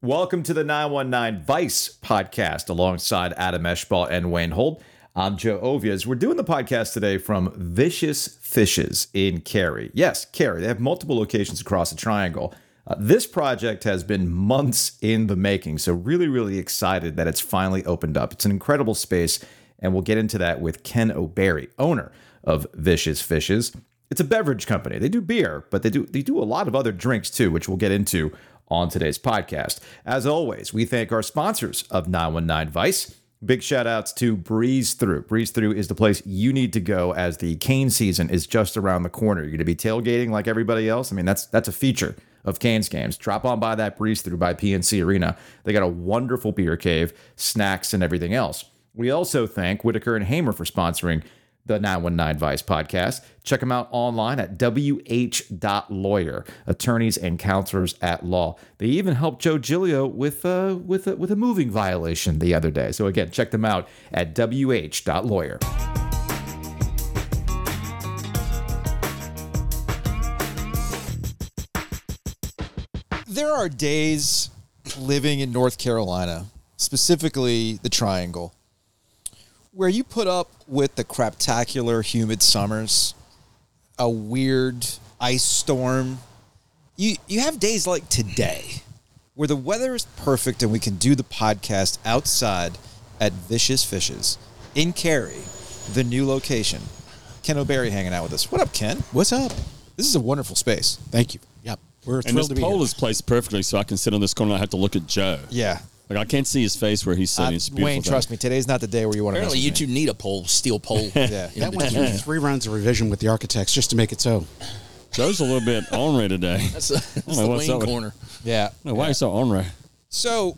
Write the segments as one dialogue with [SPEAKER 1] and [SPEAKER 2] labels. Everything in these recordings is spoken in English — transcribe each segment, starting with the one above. [SPEAKER 1] Welcome to the 919 Vice podcast alongside Adam Eshball and Wayne Holt. I'm Joe Ovias. We're doing the podcast today from Vicious Fishes in Cary. Yes, Cary. They have multiple locations across the triangle. Uh, this project has been months in the making, so really, really excited that it's finally opened up. It's an incredible space, and we'll get into that with Ken O'Barry, owner of Vicious Fishes. It's a beverage company. They do beer, but they do they do a lot of other drinks too, which we'll get into on today's podcast. As always, we thank our sponsors of 919 Vice. Big shout outs to Breeze Through. Breeze Through is the place you need to go as the cane season is just around the corner. You're going to be tailgating like everybody else. I mean, that's that's a feature of Canes games. Drop on by that Breeze Through by PNC Arena. They got a wonderful beer cave, snacks, and everything else. We also thank Whitaker and Hamer for sponsoring the 919 Vice podcast. Check them out online at wh.lawyer, attorneys and counselors at law. They even helped Joe Gilio with, uh, with, a, with a moving violation the other day. So, again, check them out at wh.lawyer.
[SPEAKER 2] There are days living in North Carolina, specifically the Triangle, where you put up with the craptacular humid summers, a weird ice storm. You you have days like today where the weather is perfect and we can do the podcast outside at Vicious Fishes in Cary, the new location. Ken O'Barry hanging out with us. What up, Ken?
[SPEAKER 3] What's up?
[SPEAKER 2] This is a wonderful space.
[SPEAKER 3] Thank you. Yep. We're
[SPEAKER 4] And this
[SPEAKER 3] thrilled to be
[SPEAKER 4] pole
[SPEAKER 3] here.
[SPEAKER 4] is placed perfectly, so I can sit on this corner. and I have to look at Joe.
[SPEAKER 2] Yeah.
[SPEAKER 4] Like I can't see his face where he's sitting.
[SPEAKER 2] I'm-
[SPEAKER 4] it's a beautiful.
[SPEAKER 2] Wayne,
[SPEAKER 4] thing.
[SPEAKER 2] trust me, today's not the day where you want to.
[SPEAKER 5] Apparently, you two need a pole, steel pole. yeah.
[SPEAKER 3] that went through three rounds of revision with the architects just to make it so.
[SPEAKER 4] Joe's a little bit ornery today.
[SPEAKER 5] That's, a, that's
[SPEAKER 4] know
[SPEAKER 5] the
[SPEAKER 4] what's up
[SPEAKER 5] Wayne
[SPEAKER 4] with-
[SPEAKER 5] corner.
[SPEAKER 2] Yeah.
[SPEAKER 4] No, why are you so ornery?
[SPEAKER 2] So,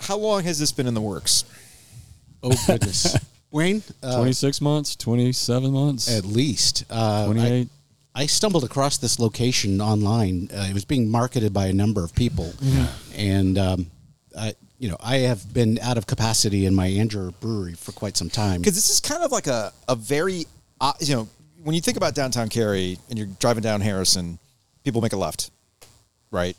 [SPEAKER 2] how long has this been in the works?
[SPEAKER 3] Oh goodness, Wayne. Uh,
[SPEAKER 4] Twenty six months, twenty seven months,
[SPEAKER 3] at least uh,
[SPEAKER 4] twenty
[SPEAKER 3] I,
[SPEAKER 4] eight.
[SPEAKER 3] I stumbled across this location online. Uh, it was being marketed by a number of people, and um, I, you know, I have been out of capacity in my Andrew Brewery for quite some time.
[SPEAKER 2] Because this is kind of like a, a very, uh, you know, when you think about downtown Cary and you're driving down Harrison, people make a left, right?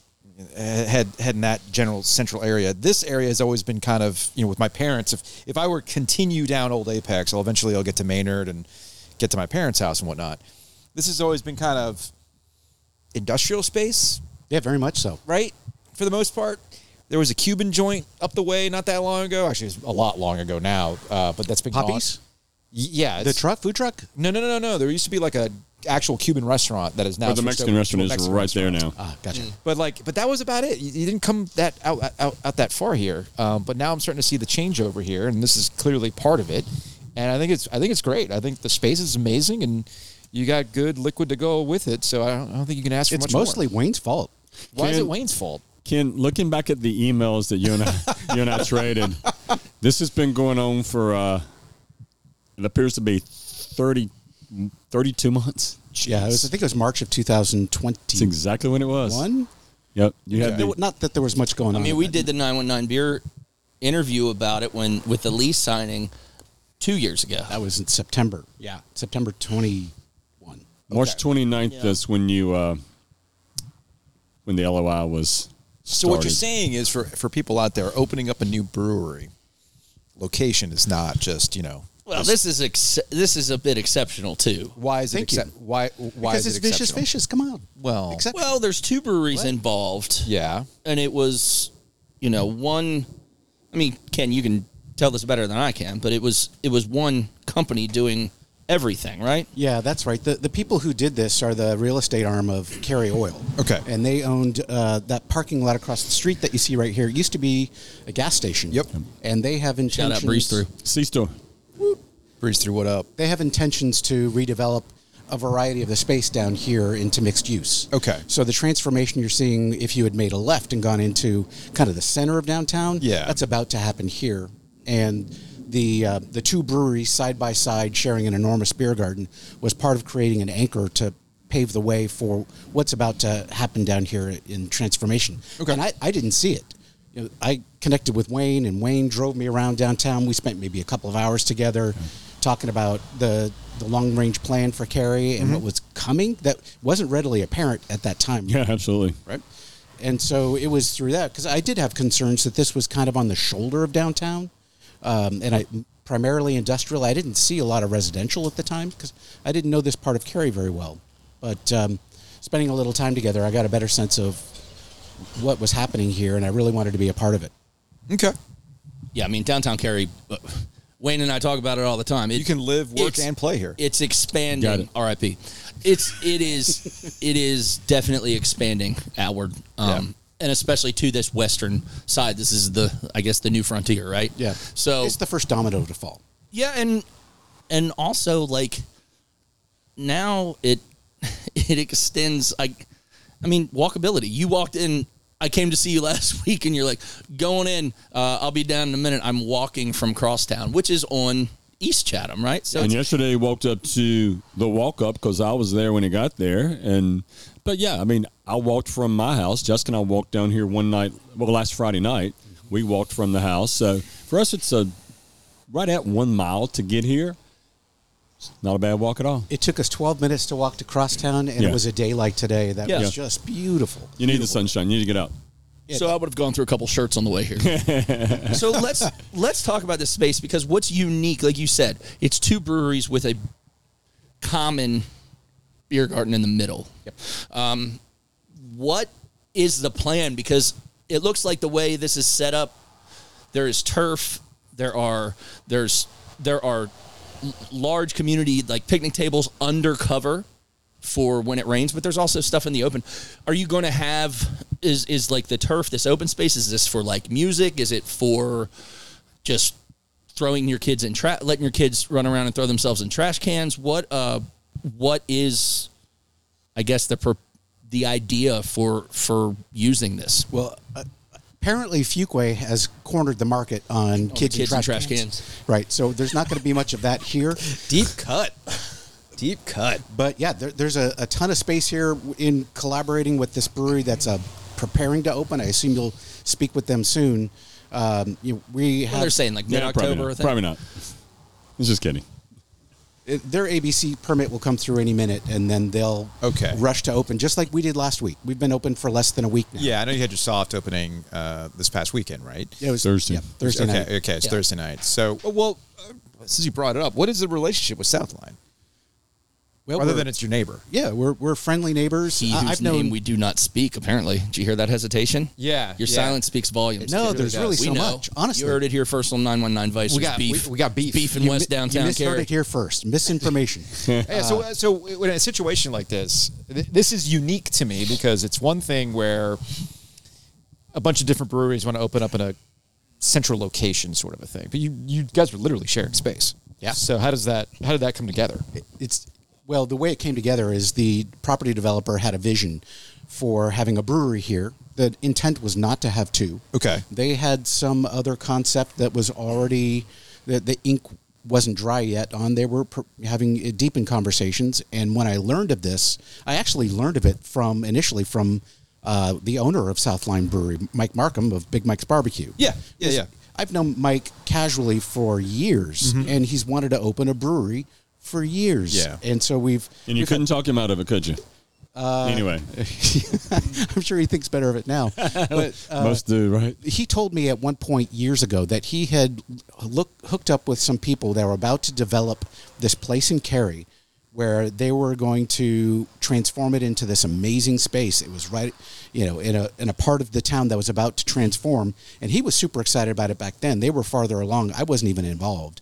[SPEAKER 2] Head head in that general central area. This area has always been kind of you know with my parents. If if I were to continue down Old Apex, I'll eventually I'll get to Maynard and get to my parents' house and whatnot. This has always been kind of industrial space,
[SPEAKER 3] Yeah, very much so.
[SPEAKER 2] right? For the most part. There was a Cuban joint up the way not that long ago. Actually, it was a lot long ago now, uh, but that's been gone.
[SPEAKER 3] Poppies?
[SPEAKER 2] Y- Yeah,
[SPEAKER 3] The
[SPEAKER 2] it's-
[SPEAKER 3] truck, food truck.
[SPEAKER 2] No, no, no, no, no. There used to be like a actual Cuban restaurant that is now
[SPEAKER 4] Where the
[SPEAKER 2] switched over
[SPEAKER 4] Mexican
[SPEAKER 2] to
[SPEAKER 4] restaurant
[SPEAKER 2] a
[SPEAKER 4] is
[SPEAKER 2] Mexican
[SPEAKER 4] right
[SPEAKER 2] restaurant.
[SPEAKER 4] there now.
[SPEAKER 3] Ah, gotcha.
[SPEAKER 2] But like, but that was about it. You, you didn't come that out, out out that far here. Um, but now I'm starting to see the change over here, and this is clearly part of it. And I think it's I think it's great. I think the space is amazing, and you got good liquid to go with it. So I don't, I don't think you can ask for
[SPEAKER 3] it's
[SPEAKER 2] much
[SPEAKER 3] mostly
[SPEAKER 2] more.
[SPEAKER 3] Wayne's fault.
[SPEAKER 2] Why is it
[SPEAKER 4] Ken-
[SPEAKER 2] Wayne's fault?
[SPEAKER 4] Ken, looking back at the emails that you and I, you and I traded, this has been going on for uh, it appears to be 30, 32 months.
[SPEAKER 3] Yeah, it was, I think it was March of 2021.
[SPEAKER 4] That's
[SPEAKER 3] Hmm.
[SPEAKER 4] exactly when it was. Yep. You had
[SPEAKER 3] There
[SPEAKER 4] the
[SPEAKER 3] wa- not that there was much going on.
[SPEAKER 5] I mean, we did the 919 beer interview about it when with the lease signing two years ago.
[SPEAKER 3] That was in September. Yeah, September 21.
[SPEAKER 4] March 29th is when you uh, when the LOI was
[SPEAKER 2] So what you're
[SPEAKER 4] started.
[SPEAKER 2] saying is for for people out there opening up a new brewery location is not just you know
[SPEAKER 5] Well, this is ex- this is a bit exceptional too.
[SPEAKER 2] why is
[SPEAKER 3] Thank
[SPEAKER 2] it
[SPEAKER 3] you.
[SPEAKER 2] accept- why why
[SPEAKER 3] Because
[SPEAKER 2] is
[SPEAKER 3] it's
[SPEAKER 2] it
[SPEAKER 3] vicious
[SPEAKER 2] exceptional?
[SPEAKER 3] fishes. Come on.
[SPEAKER 2] Well-
[SPEAKER 3] Except,
[SPEAKER 5] Well, there's two breweries involved.
[SPEAKER 2] Yeah.
[SPEAKER 5] and it was you know one i mean ken you can tell this better than i can but it was it was one company doing everything right
[SPEAKER 3] yeah, that's right. The the people who did this are the real estate arm of Carry Oil.
[SPEAKER 2] Okay.
[SPEAKER 3] And they owned uh, that parking lot across the street that you see right here. It used to be a gas station.
[SPEAKER 2] Yep.
[SPEAKER 3] And they have
[SPEAKER 5] shout
[SPEAKER 3] intentions.
[SPEAKER 5] out breeze through
[SPEAKER 4] C store.
[SPEAKER 2] Breeze through what up?
[SPEAKER 3] They have intentions to redevelop a variety of the space down here into mixed use.
[SPEAKER 2] Okay.
[SPEAKER 3] So the transformation you're seeing, if you had made a left and gone into kind of the center of downtown,
[SPEAKER 2] Yeah.
[SPEAKER 3] that's about to happen here. And the uh, the two breweries side by side sharing an enormous beer garden was part of creating an anchor to pave the way for what's about to happen down here in transformation.
[SPEAKER 2] Okay.
[SPEAKER 3] And I, I didn't see it. You know, I connected with Wayne, and Wayne drove me around downtown. We spent maybe a couple of hours together talking about the the long range plan for Cary and what was coming that wasn't readily apparent at that time
[SPEAKER 4] Yeah, absolutely.
[SPEAKER 3] right? And so it was through that because I did have concerns that this was kind of on the shoulder of downtown, um, and I primarily industrial. I didn't see a lot of residential at the time because I didn't know this part of Cary very well. But um, spending a little time together, I got a better sense of what was happening here, and I really wanted to be a part of it.
[SPEAKER 2] Okay.
[SPEAKER 5] Yeah, I mean downtown Cary. uh, Wayne and I talk about it all the time. It-
[SPEAKER 2] You can live, work,
[SPEAKER 5] it's-
[SPEAKER 2] and play here.
[SPEAKER 5] It's
[SPEAKER 4] Got
[SPEAKER 5] expanding.
[SPEAKER 4] it.
[SPEAKER 5] R.I.P. It's it is it is definitely expanding outward, um, and especially to this western side. This is the I guess the new frontier, right?
[SPEAKER 3] Yeah.
[SPEAKER 5] So
[SPEAKER 3] it's the first domino to fall.
[SPEAKER 5] yeah, and and also like now it it extends. I I mean walkability. You walked in. I came to see you last week, and you're like going in. Uh, I'll be down in a minute. I'm walking from Crosstown, which is on East Chatham, right? So
[SPEAKER 4] And
[SPEAKER 5] it's-
[SPEAKER 4] yesterday he walked up to the walk up because I was there when he got there. And but yeah, I mean, I walked from my house. Jessica and I walked down here one night. Well, last Friday night we walked from the house. So for us, it's a right at one mile to get here. It's not a bad walk at all.
[SPEAKER 3] It took us 12 minutes to walk to Crosstown, and
[SPEAKER 4] Yeah.
[SPEAKER 3] it was a day like today that
[SPEAKER 5] Yeah.
[SPEAKER 3] was just beautiful.
[SPEAKER 4] You need the sunshine. You need to get out.
[SPEAKER 5] So I would have gone through a couple shirts on the way here. so let's let's talk about this space because what's unique, like you said, it's two breweries with a common beer garden in the middle. Um, what is the plan? Because it looks like the way this is set up, there is turf. There are there's there are l- large community like picnic tables undercover for when it rains, but there's also stuff in the open. Are you going to have is is like the turf this open space? Is this for like music? Is it for just throwing your kids in trash, letting your kids run around and throw themselves in trash cans? What uh what is I guess the per- the idea for for using this?
[SPEAKER 3] Well, uh, apparently Fuquay has cornered the market on kids,
[SPEAKER 5] Oh, kids
[SPEAKER 3] in
[SPEAKER 5] and
[SPEAKER 3] trash,
[SPEAKER 5] trash
[SPEAKER 3] cans.
[SPEAKER 5] cans.
[SPEAKER 3] Right. So there's not going to be much of that here.
[SPEAKER 2] Deep cut. Deep cut.
[SPEAKER 3] But yeah, there, there's a, a ton of space here in collaborating with this brewery that's uh, preparing to open. I assume you'll speak with them soon. Um, you know, we
[SPEAKER 5] Well, they're
[SPEAKER 3] have
[SPEAKER 5] saying like mid
[SPEAKER 4] Yeah, probably
[SPEAKER 5] October.
[SPEAKER 4] not. Probably not. It's just kidding.
[SPEAKER 3] it- uh, their ABC permit will come through any minute, and then they'll
[SPEAKER 2] Okay.
[SPEAKER 3] rush to open, just like we did last week. We've been open for less than a week now.
[SPEAKER 2] Yeah, I know you had your soft opening uh, this past weekend, right?
[SPEAKER 3] It was
[SPEAKER 4] Thursday.
[SPEAKER 3] yeah, Thursday
[SPEAKER 2] okay,
[SPEAKER 3] night.
[SPEAKER 2] Okay, it's
[SPEAKER 5] Yeah.
[SPEAKER 2] Thursday night. So, uh, well, uh, since you brought it up, what is the relationship with Southline?
[SPEAKER 3] Well,
[SPEAKER 2] Other
[SPEAKER 3] we're-
[SPEAKER 2] than it's your neighbor.
[SPEAKER 3] yeah, we're we're friendly neighbors.
[SPEAKER 5] He
[SPEAKER 3] I-
[SPEAKER 5] whose
[SPEAKER 3] I've known
[SPEAKER 5] name we do not speak. Apparently, did you hear that hesitation?
[SPEAKER 2] Yeah,
[SPEAKER 5] your
[SPEAKER 2] yeah.
[SPEAKER 5] silence speaks volumes.
[SPEAKER 3] No,
[SPEAKER 5] It
[SPEAKER 3] there's
[SPEAKER 5] does.
[SPEAKER 3] really
[SPEAKER 5] we
[SPEAKER 3] so
[SPEAKER 5] know.
[SPEAKER 3] much, honestly.
[SPEAKER 5] you heard it here first on nine one nine Vice.
[SPEAKER 2] We
[SPEAKER 5] There's
[SPEAKER 2] got-
[SPEAKER 5] beef.
[SPEAKER 2] we- we got beef.
[SPEAKER 5] Beef in
[SPEAKER 2] You
[SPEAKER 5] West
[SPEAKER 2] mi- you
[SPEAKER 5] Downtown.
[SPEAKER 3] you misheard
[SPEAKER 5] Cary.
[SPEAKER 3] it here first. Misinformation.
[SPEAKER 2] Yeah, so uh, so when in a situation like this, th- this is unique to me because it's one thing where a bunch of different breweries want to open up in a central location, sort of a thing. But you you guys are literally sharing space.
[SPEAKER 3] Yeah.
[SPEAKER 2] So how does that how did that come together?
[SPEAKER 3] it's well the way it came together is the property developer had a vision for having a brewery here the intent was not to have two
[SPEAKER 2] Okay.
[SPEAKER 3] they had some other concept that was already that the ink wasn't dry yet on they were pr- having uh, deep in conversations and when i learned of this i actually learned of it from initially from uh, the owner of southline brewery mike markham of big mike's barbecue
[SPEAKER 2] Yeah, yeah,
[SPEAKER 3] This-
[SPEAKER 2] yeah.
[SPEAKER 3] I've known Mike casually for years, and he's wanted to open a brewery for years.
[SPEAKER 2] Yeah.
[SPEAKER 3] and so we've.
[SPEAKER 4] And you couldn't talk him out of it, could you? anyway,
[SPEAKER 3] I'm sure he thinks better of it now. But uh,
[SPEAKER 4] most do, right?
[SPEAKER 3] he told me at one point years ago that he had look, hooked up with some people that were about to develop this place in Cary, where they were going to transform it into this amazing space. It was right, you know, in a in a part of the town that was about to transform, and he was super excited about it back then. They were farther along. I wasn't even involved,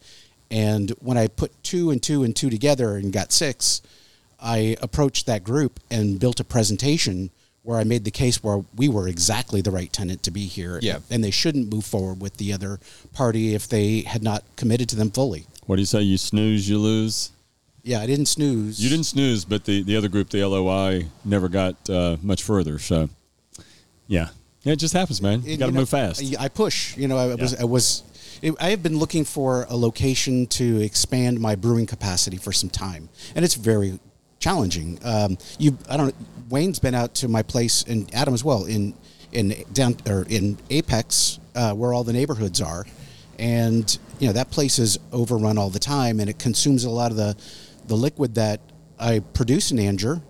[SPEAKER 3] and when I put two and two and two together and got six, I approached that group and built a presentation where I made the case where we were exactly the right tenant to be here.
[SPEAKER 2] Yeah.
[SPEAKER 3] And they shouldn't move forward with the other party if they had not committed to them fully.
[SPEAKER 4] What do you say? You snooze, you lose.
[SPEAKER 3] Yeah, I didn't snooze.
[SPEAKER 4] You didn't snooze, but the, the other group, the LOI, never got uh, much further. So, yeah. Yeah, it just happens, man.
[SPEAKER 3] It-
[SPEAKER 4] You got to
[SPEAKER 3] know, uh,
[SPEAKER 4] move fast.
[SPEAKER 3] I push. You know, I was.
[SPEAKER 4] Yeah.
[SPEAKER 3] I was. It, I have been looking for a location to expand my brewing capacity for some time, and it's very challenging. Um, you, I don't. Wayne's been out to my place, and Adam as well in in down or in Apex, uh, where all the neighborhoods are, and you know that place is overrun all the time, and it consumes a lot of the the liquid that I produce in Anger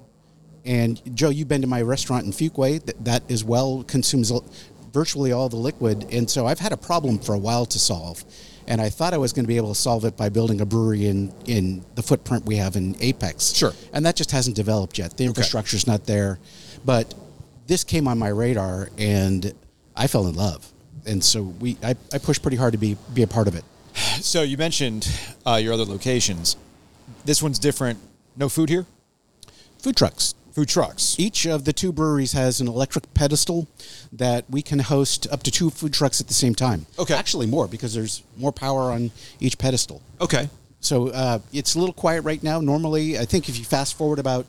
[SPEAKER 3] And Joe, you've been to my restaurant in Fuquay. That, that as well consumes l- virtually all the liquid. And so I've had a problem for a while to solve. And I thought I was going to be able to solve it by building a brewery in, in the footprint we have in Apex.
[SPEAKER 2] Sure.
[SPEAKER 3] And that just hasn't developed yet. The infrastructure's not there. But this came on my radar and I fell in love. And so we I, I pushed pretty hard to be, be a part of it.
[SPEAKER 2] So you mentioned uh, your other locations. This one's different. No food here.
[SPEAKER 3] Food trucks.
[SPEAKER 2] Food trucks.
[SPEAKER 3] Each of the two breweries has an electric pedestal that we can host up to two food trucks at the same time.
[SPEAKER 2] Okay.
[SPEAKER 3] Actually, more because there's more power on each pedestal.
[SPEAKER 2] Okay.
[SPEAKER 3] So uh, it's a little quiet right now. Normally, I think if you fast forward about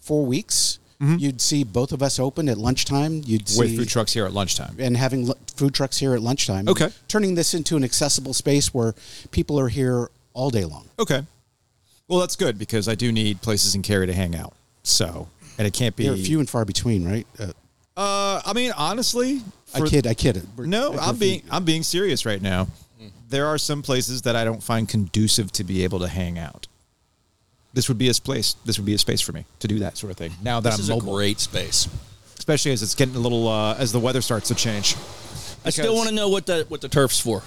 [SPEAKER 3] four weeks, you'd see both of us open at lunchtime. You'd see
[SPEAKER 2] Mm-hmm. With food trucks here at lunchtime.
[SPEAKER 3] and having lu- food trucks here at lunchtime.
[SPEAKER 2] Okay.
[SPEAKER 3] Turning this into an accessible space where people are here all day long.
[SPEAKER 2] Okay. Well, that's good because I do need places in Cary to hang out. So, and it can't be.
[SPEAKER 3] They're few and far between, right? Uh,
[SPEAKER 2] uh, I mean, honestly,
[SPEAKER 3] I
[SPEAKER 2] for-
[SPEAKER 3] kid. I kid. We're-
[SPEAKER 2] No,
[SPEAKER 3] I
[SPEAKER 2] I'm
[SPEAKER 3] kid.
[SPEAKER 2] being I'm being serious right now. There are some places that I don't find conducive to be able to hang out. This would be a place. This would be a space for me to do that sort of thing. Now that
[SPEAKER 5] This is
[SPEAKER 2] I'm
[SPEAKER 5] a
[SPEAKER 2] mobile,
[SPEAKER 5] great space.
[SPEAKER 2] especially as it's getting a little uh, as the weather starts to change.
[SPEAKER 5] I still
[SPEAKER 2] Because-
[SPEAKER 5] want to know what the what the turf's for.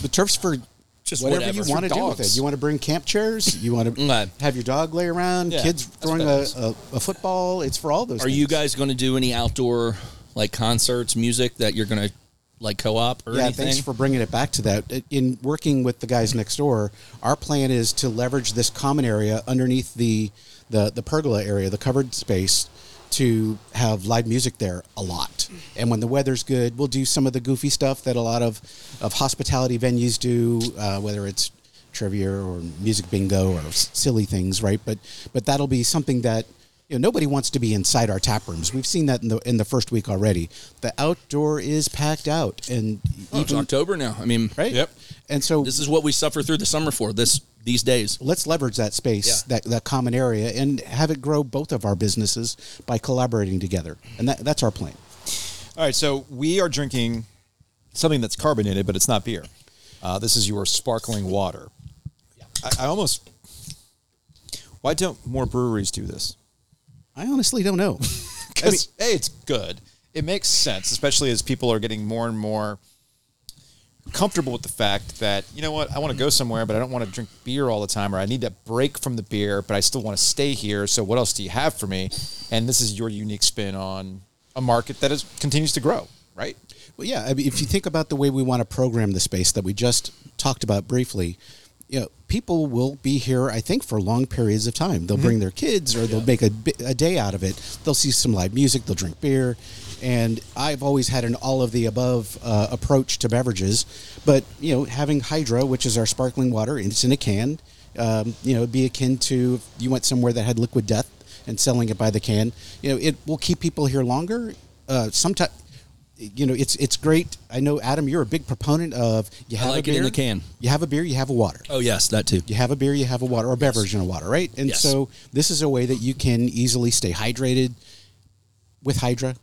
[SPEAKER 3] The turf's for
[SPEAKER 5] Just
[SPEAKER 3] whatever,
[SPEAKER 5] whatever.
[SPEAKER 3] you want to
[SPEAKER 5] For
[SPEAKER 3] do with
[SPEAKER 5] dogs.
[SPEAKER 3] it. You want to bring camp chairs. You want
[SPEAKER 5] Okay.
[SPEAKER 3] to have your dog lay around.
[SPEAKER 5] Yeah,
[SPEAKER 3] kids
[SPEAKER 5] that's
[SPEAKER 3] throwing a, a, a football. It's for all those.
[SPEAKER 5] Are you guys going to do any outdoor like concerts, music that you're going to like co-op or
[SPEAKER 3] Yeah,
[SPEAKER 5] anything?
[SPEAKER 3] thanks for bringing it back to that. In working with the guys next door, our plan is to leverage this common area underneath the the, the pergola area, the covered space, to have live music there a lot. And when the weather's good, we'll do some of the goofy stuff that a lot of, of hospitality venues do, uh, whether it's trivia or music bingo or s- silly things, right? But but that'll be something that you know nobody wants to be inside our tap rooms. We've seen that in the in the first week already. The outdoor is packed out, and
[SPEAKER 5] Oh, it's
[SPEAKER 3] even-
[SPEAKER 5] October now. I mean,
[SPEAKER 3] Mm-hmm. right?
[SPEAKER 5] Yep.
[SPEAKER 3] And so
[SPEAKER 5] This is what we suffer through the summer for. This these days.
[SPEAKER 3] let's leverage that space,
[SPEAKER 5] Yeah.
[SPEAKER 3] that that common area, and have it grow both of our businesses by collaborating together. And that, that's our plan.
[SPEAKER 2] All right, so we are drinking something that's carbonated, but it's not beer. Uh, this is your sparkling water. I, I almost. Why don't more breweries do this?
[SPEAKER 3] I honestly don't know. I mean,
[SPEAKER 2] Because hey, it's good. It makes sense, especially as people are getting more and more comfortable with the fact that you know what I want to go somewhere, but I don't want to drink beer all the time, or I need that break from the beer, but I still want to stay here. So what else do you have for me? And this is your unique spin on a market that is continues to grow, right?
[SPEAKER 3] Well, yeah. I mean, if you think about the way we want to program the space that we just talked about briefly, you know, people will be here. I think for long periods of time, they'll bring their kids or they'll make a, bi- a day out of it. They'll see some live music. They'll drink beer, and I've always had an all of the above uh, approach to beverages. But you know, having Hydra, which is our sparkling water, and it's in a can. Um, you know, it'd be akin to if you went somewhere that had liquid death and selling it by the can. You know, it will keep people here longer. Uh, sometimes you know, it's it's great. I know, Adam, you're a big proponent of you have
[SPEAKER 5] like
[SPEAKER 3] a
[SPEAKER 5] it
[SPEAKER 3] beer
[SPEAKER 5] in the can.
[SPEAKER 3] You have a beer, you have a water.
[SPEAKER 5] Oh yes, that too.
[SPEAKER 3] You have a beer, you have a water, or a beverage and a water, right? And
[SPEAKER 5] Yes.
[SPEAKER 3] so this is a way that you can easily stay hydrated with Hydra,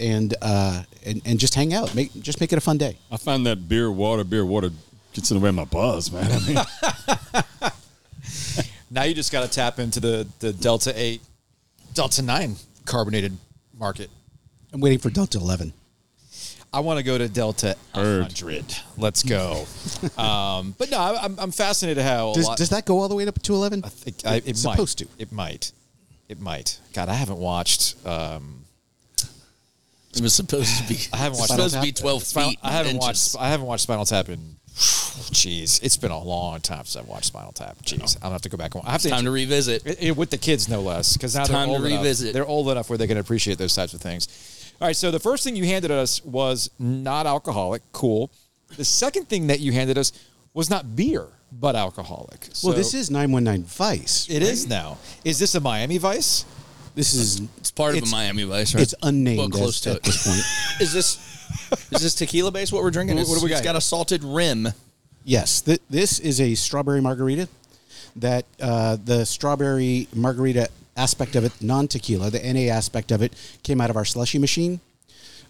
[SPEAKER 3] and uh, and and just hang out. Make just make it a fun day.
[SPEAKER 4] I find that beer water, beer water gets in the way of my buzz, man. I mean,
[SPEAKER 2] Now you just got to tap into the the Delta Eight, Delta Nine carbonated market.
[SPEAKER 3] I'm waiting for Delta Eleven.
[SPEAKER 2] I want to go to Delta
[SPEAKER 4] Heard.
[SPEAKER 2] 100. Let's go. um, but no, I- I'm, I'm fascinated how a
[SPEAKER 3] Does,
[SPEAKER 2] lot-
[SPEAKER 3] does that go all the way up to eleven?
[SPEAKER 2] I think I, it
[SPEAKER 3] it's
[SPEAKER 2] might.
[SPEAKER 3] supposed to.
[SPEAKER 2] It might. It might. God, I haven't watched. Um,
[SPEAKER 5] It was supposed to be.
[SPEAKER 2] I haven't watched.
[SPEAKER 5] supposed
[SPEAKER 3] Spinal
[SPEAKER 5] to be
[SPEAKER 3] Tap.
[SPEAKER 5] twelve
[SPEAKER 2] Spinal,
[SPEAKER 5] feet.
[SPEAKER 2] I haven't
[SPEAKER 5] and
[SPEAKER 2] watched.
[SPEAKER 5] inches.
[SPEAKER 2] I haven't watched Spinal Tap in. Jeez, it's been a long time since I've watched Spinal Tap. Jeez, I'm gonna have to go back. and I have to
[SPEAKER 5] Time to revisit.
[SPEAKER 2] It- it- with the kids, no less, because now
[SPEAKER 5] Time to
[SPEAKER 2] they're old
[SPEAKER 5] revisit.
[SPEAKER 2] Enough, they're old enough where they can appreciate those types of things. All right. So the first thing you handed us was not alcoholic. Cool. The second thing that you handed us was not beer, but alcoholic.
[SPEAKER 3] Well,
[SPEAKER 2] So
[SPEAKER 3] this is nine one nine Vice.
[SPEAKER 2] It is now. Is this a Miami Vice?
[SPEAKER 3] This is
[SPEAKER 5] It's part of a
[SPEAKER 3] it's-
[SPEAKER 5] Miami Vice, right?
[SPEAKER 3] it's unnamed
[SPEAKER 5] Well, close
[SPEAKER 3] as-
[SPEAKER 5] to
[SPEAKER 3] at
[SPEAKER 5] it.
[SPEAKER 3] this point.
[SPEAKER 5] Is this is this tequila based? What we're drinking?
[SPEAKER 2] What- what
[SPEAKER 5] It's-
[SPEAKER 2] do we
[SPEAKER 5] It's
[SPEAKER 2] got
[SPEAKER 5] got a salted rim.
[SPEAKER 3] Yes, th- this is a strawberry margarita. That uh, the strawberry margarita aspect of it, non tequila, the NA aspect of it, came out of our slushy machine.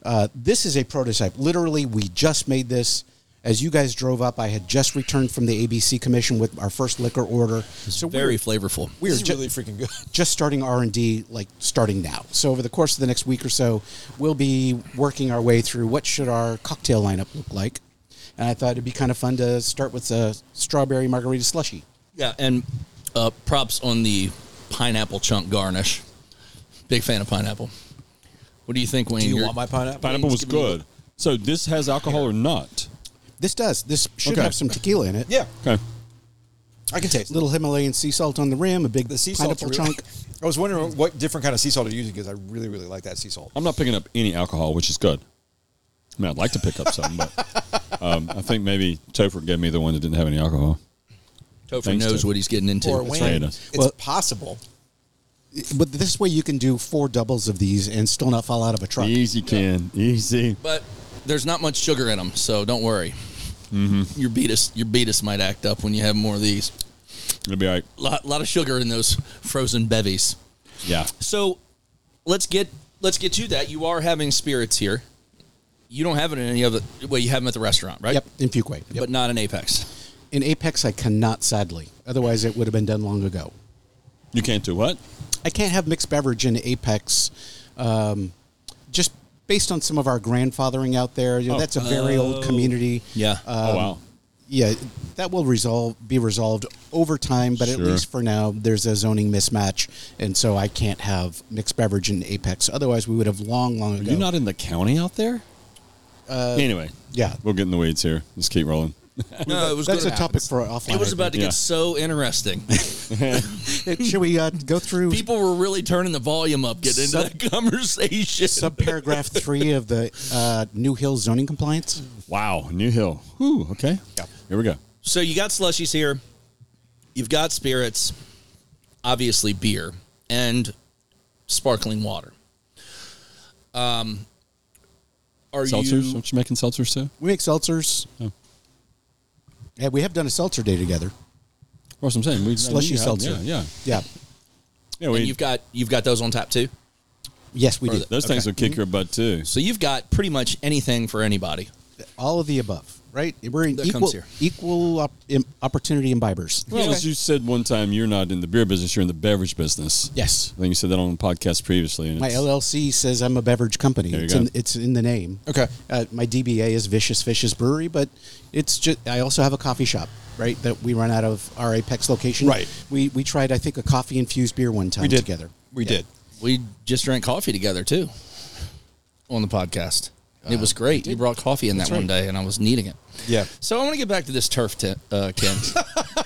[SPEAKER 3] Uh, this is a prototype. Literally, we just made this. As you guys drove up, I had just returned from the ABC Commission with our first liquor order. So
[SPEAKER 5] Very flavorful.
[SPEAKER 3] we were
[SPEAKER 2] This is
[SPEAKER 3] ju-
[SPEAKER 2] really freaking good.
[SPEAKER 3] just starting r&d like starting now so over the course of the next week or so we'll be working our way through what should our cocktail lineup look like and i thought it'd be kind of fun to start with a strawberry margarita slushy
[SPEAKER 5] Yeah, and uh, props on the pineapple chunk garnish. Big fan of pineapple. What do you think, Wayne?
[SPEAKER 2] Do you
[SPEAKER 5] You're-
[SPEAKER 2] want my pineapple?
[SPEAKER 4] Pineapple was
[SPEAKER 5] Give me a
[SPEAKER 4] good. So this has alcohol or not?
[SPEAKER 3] this does this should
[SPEAKER 4] Okay.
[SPEAKER 3] have some tequila in it
[SPEAKER 2] Yeah,
[SPEAKER 4] Okay.
[SPEAKER 2] I can taste it.
[SPEAKER 3] little himalayan sea salt on the rim a big
[SPEAKER 2] The sea salt
[SPEAKER 3] pineapple chunk
[SPEAKER 2] I was wondering what different kind of sea salt are using because I really, really like that sea salt.
[SPEAKER 4] I'm not picking up any alcohol, which is good. I mean, I'd like to pick up some, but um, I think maybe Topher gave me the one that didn't have any alcohal.
[SPEAKER 5] Topher
[SPEAKER 4] Thanks,
[SPEAKER 5] knows
[SPEAKER 4] Topher.
[SPEAKER 5] what he's getting into.
[SPEAKER 2] Or
[SPEAKER 4] That's
[SPEAKER 2] when
[SPEAKER 4] right, it is.
[SPEAKER 2] it's
[SPEAKER 3] Well-
[SPEAKER 2] possible.
[SPEAKER 3] but this way you can do four doubles of these and still not fall out of a truck
[SPEAKER 4] Easy, Ken. Easy.
[SPEAKER 5] But there's not much sugar in them, so don't worry.
[SPEAKER 2] Mm-hmm.
[SPEAKER 5] Your beatus, your beatus might act up when you have more of these.
[SPEAKER 4] It'll be all right.
[SPEAKER 5] lot, lot of sugar in those frozen bevies.
[SPEAKER 4] Yeah.
[SPEAKER 5] So let's get let's get to that. You are having spirits here. You don't have it in any other. Well, you have them at the restaurant, right?
[SPEAKER 3] yep in fuquay yep.
[SPEAKER 5] But not in Apex.
[SPEAKER 3] in apex i cannot sadly otherwise it would have been done long ago
[SPEAKER 4] You can't do what?
[SPEAKER 3] I can't have mixed beverage in Apex, um, just based on some of our grandfathering out there. You know,
[SPEAKER 4] Oh.
[SPEAKER 3] that's a very old community.
[SPEAKER 5] Yeah.
[SPEAKER 4] oh, wow.
[SPEAKER 3] Yeah, that will resolve be resolved over time, but at
[SPEAKER 4] Sure.
[SPEAKER 3] least for now, there's a zoning mismatch, and so I can't have mixed beverage in Apex. Otherwise, we would have long, long
[SPEAKER 4] Are
[SPEAKER 3] ago.
[SPEAKER 4] you not in the county out there? anyway.
[SPEAKER 3] yeah.
[SPEAKER 4] We'll get in the weeds here. Let's keep rolling.
[SPEAKER 5] No, it was.
[SPEAKER 3] That's a
[SPEAKER 5] gonna-
[SPEAKER 3] topic for offline.
[SPEAKER 5] It was about to get
[SPEAKER 4] Yeah.
[SPEAKER 5] so interesting.
[SPEAKER 3] Should we uh, go through
[SPEAKER 5] People were really turning the volume up, getting into
[SPEAKER 3] Sub-
[SPEAKER 5] that conversation.
[SPEAKER 3] subparagraph three of the uh, New Hills zoning compliance?
[SPEAKER 4] Wow. New Hill. Whew. Okay.
[SPEAKER 2] Yeah.
[SPEAKER 4] Here we go.
[SPEAKER 5] so you got slushies here. You've got spirits, obviously beer and sparkling water. Um, are
[SPEAKER 4] Seltzers?
[SPEAKER 5] you
[SPEAKER 4] Aren't you making seltzers too?
[SPEAKER 3] We make seltzers. Yeah, we have done a seltzer day together.
[SPEAKER 4] Of course, I'm saying. We,
[SPEAKER 3] Slushy
[SPEAKER 4] yeah,
[SPEAKER 3] seltzer.
[SPEAKER 4] Yeah. Yeah.
[SPEAKER 3] Yeah.
[SPEAKER 4] yeah
[SPEAKER 5] and
[SPEAKER 4] we,
[SPEAKER 5] you've got you've got those on tap too.
[SPEAKER 3] Yes, we
[SPEAKER 5] Or
[SPEAKER 3] do.
[SPEAKER 5] the-
[SPEAKER 4] those things will kick your butt too.
[SPEAKER 5] So you've got pretty much anything for anybody.
[SPEAKER 3] All of the above, right? We're in
[SPEAKER 5] That comes
[SPEAKER 3] equal
[SPEAKER 5] here.
[SPEAKER 3] equal op- im- opportunity imbibers.
[SPEAKER 4] Well, as you said one time, you're not in the beer business, you're in the beverage business.
[SPEAKER 3] Yes.
[SPEAKER 4] I think you said that on the podcast previously. And
[SPEAKER 3] My
[SPEAKER 4] it's-
[SPEAKER 3] LLC says I'm a beverage company.
[SPEAKER 4] There you
[SPEAKER 3] It's
[SPEAKER 4] go.
[SPEAKER 3] in, it's in the name.
[SPEAKER 2] Okay.
[SPEAKER 3] Uh, my DBA is Vicious Fishes Brewery, but it's just I also have a coffee shop, right? That we run out of our Apex location.
[SPEAKER 2] Right.
[SPEAKER 3] We we tried I think a coffee infused beer one time
[SPEAKER 2] We did
[SPEAKER 3] together.
[SPEAKER 2] We
[SPEAKER 5] Yeah.
[SPEAKER 2] did.
[SPEAKER 5] We just drank coffee together too on the podcast. it
[SPEAKER 2] Uh,
[SPEAKER 5] was great. You brought coffee in that one day, and I was needing it.
[SPEAKER 2] Yeah.
[SPEAKER 5] So I want to get back to this turf tent, uh, Ken.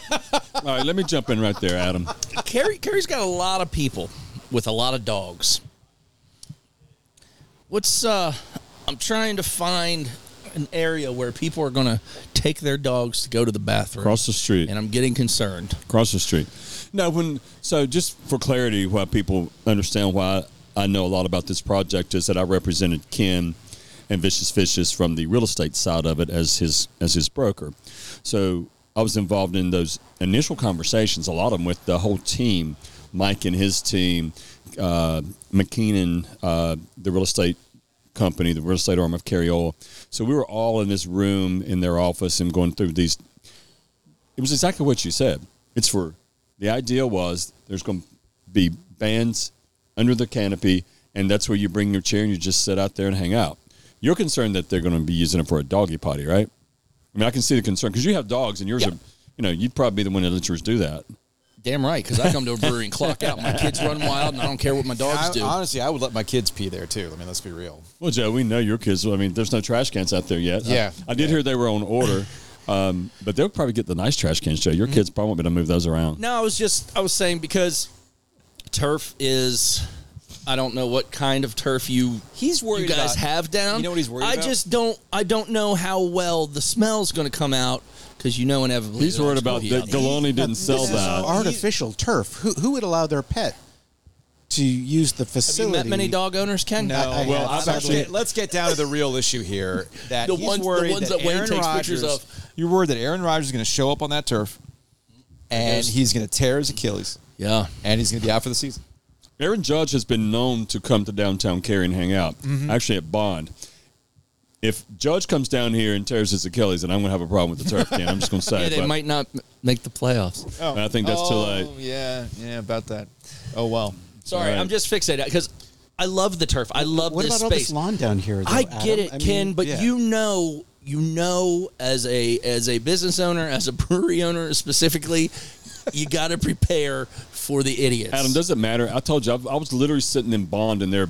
[SPEAKER 4] All right, let me jump in right there, Adam.
[SPEAKER 5] Carrie, Carrie's got a lot of people with a lot of dogs. What's uh? I'm trying to find an area where people are going to take their dogs to go to the bathroom
[SPEAKER 4] Across the street.
[SPEAKER 5] and I'm getting concerned.
[SPEAKER 4] Across the street. No, when so just for clarity, why people understand why I know a lot about this project is that I represented Ken and Vicious Fishes from the real estate side of it as his as his broker. So I was involved in those initial conversations, a lot of them with the whole team, Mike and his team, uh, McKeenan, uh, the real estate company, the real estate arm of Carry Oil. So we were all in this room in their office and going through these it was exactly what you said. It's for the idea was there's going to be bands under the canopy, and that's where you bring your chair and you just sit out there and hang out. You're concerned that they're going to be using it for a doggy potty, right? I mean, I can see the concern because you have dogs, and yours
[SPEAKER 5] Yeah.
[SPEAKER 4] are, you know, you'd probably be the one that lets yours do that.
[SPEAKER 5] Damn right, because I come to a brewery and clock out. My kids run wild, and I don't care what my dogs
[SPEAKER 2] I,
[SPEAKER 5] do.
[SPEAKER 2] honestly, I would let my kids pee there too. I mean, let's be real.
[SPEAKER 4] Well, Joe, we know your kids. I mean, there's no trash cans out there yet.
[SPEAKER 2] Yeah.
[SPEAKER 4] I, I did hear they were on order, um, but they'll probably get the nice trash cans, Joe. Your kids probably won't be able to move those around.
[SPEAKER 5] No, I was just I was saying because turf is I don't know what kind of turf you
[SPEAKER 2] He's worried
[SPEAKER 5] you guys
[SPEAKER 2] about-
[SPEAKER 5] have down.
[SPEAKER 2] you know what he's worried
[SPEAKER 5] I
[SPEAKER 2] about?
[SPEAKER 5] just don't I don't know how well the smell's going to come out because you know inevitably
[SPEAKER 4] He's
[SPEAKER 5] the
[SPEAKER 4] worried
[SPEAKER 5] dog's gonna
[SPEAKER 4] about
[SPEAKER 5] pee
[SPEAKER 4] that
[SPEAKER 5] out.
[SPEAKER 4] Galani
[SPEAKER 3] Now,
[SPEAKER 4] didn't sell
[SPEAKER 3] this is
[SPEAKER 4] that.
[SPEAKER 3] artificial turf. Who who would allow their pet to use the
[SPEAKER 5] Have you
[SPEAKER 3] facility?
[SPEAKER 5] met many dog owners, Ken?
[SPEAKER 2] No,
[SPEAKER 3] I-
[SPEAKER 4] well,
[SPEAKER 3] I have
[SPEAKER 4] I've
[SPEAKER 2] Let's
[SPEAKER 3] sadly-
[SPEAKER 4] actually-
[SPEAKER 2] get, let's get down to the real issue here. That
[SPEAKER 5] The
[SPEAKER 2] he's
[SPEAKER 5] ones- the
[SPEAKER 2] worried
[SPEAKER 5] ones
[SPEAKER 2] that,
[SPEAKER 5] that Wayne
[SPEAKER 2] Aaron
[SPEAKER 5] takes
[SPEAKER 2] Rodgers,
[SPEAKER 5] pictures of.
[SPEAKER 2] You're worried that Aaron Rodgers is going to show up on that turf, and
[SPEAKER 5] Yes.
[SPEAKER 2] he's going to tear his Achilles,
[SPEAKER 5] Yeah.
[SPEAKER 2] and he's going to be out for the season.
[SPEAKER 4] Aaron Judge has been known to come to downtown Cary and hang out. Actually, at Bond, if Judge comes down here and tears his Achilles, then I'm going to have a problem with the turf can. I'm just going to say
[SPEAKER 5] Yeah,
[SPEAKER 4] it.
[SPEAKER 5] they
[SPEAKER 4] but
[SPEAKER 5] might not m- make the playoffs.
[SPEAKER 2] Oh.
[SPEAKER 4] I think that's too late.
[SPEAKER 2] Yeah, yeah, about that. Oh well.
[SPEAKER 5] Sorry,
[SPEAKER 4] Right.
[SPEAKER 5] I'm just fixated because I love the turf. I love
[SPEAKER 3] What
[SPEAKER 5] this
[SPEAKER 3] about all
[SPEAKER 5] space.
[SPEAKER 3] this lawn down here? Though,
[SPEAKER 5] I
[SPEAKER 3] Adam?
[SPEAKER 5] get it,
[SPEAKER 3] I mean,
[SPEAKER 5] Ken, but
[SPEAKER 2] yeah.
[SPEAKER 5] you know, you know, as a as a business owner, as a brewery owner specifically, you got to prepare for the idiots.
[SPEAKER 4] Adam, does it matter? I told you, I, I was literally sitting in Bond in their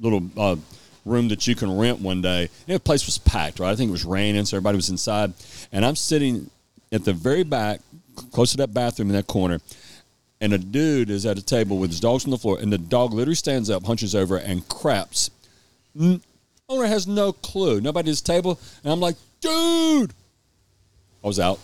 [SPEAKER 4] little uh, room that you can rent one day. And the place was packed, right? I think it was raining, so everybody was inside. And I'm sitting at the very back, c- close to that bathroom in that corner. And a dude is at a table with his dogs on the floor, and the dog literally stands up, hunches over, and craps. N- owner has no clue. Nobody at his table. And I'm like, dude, I was out.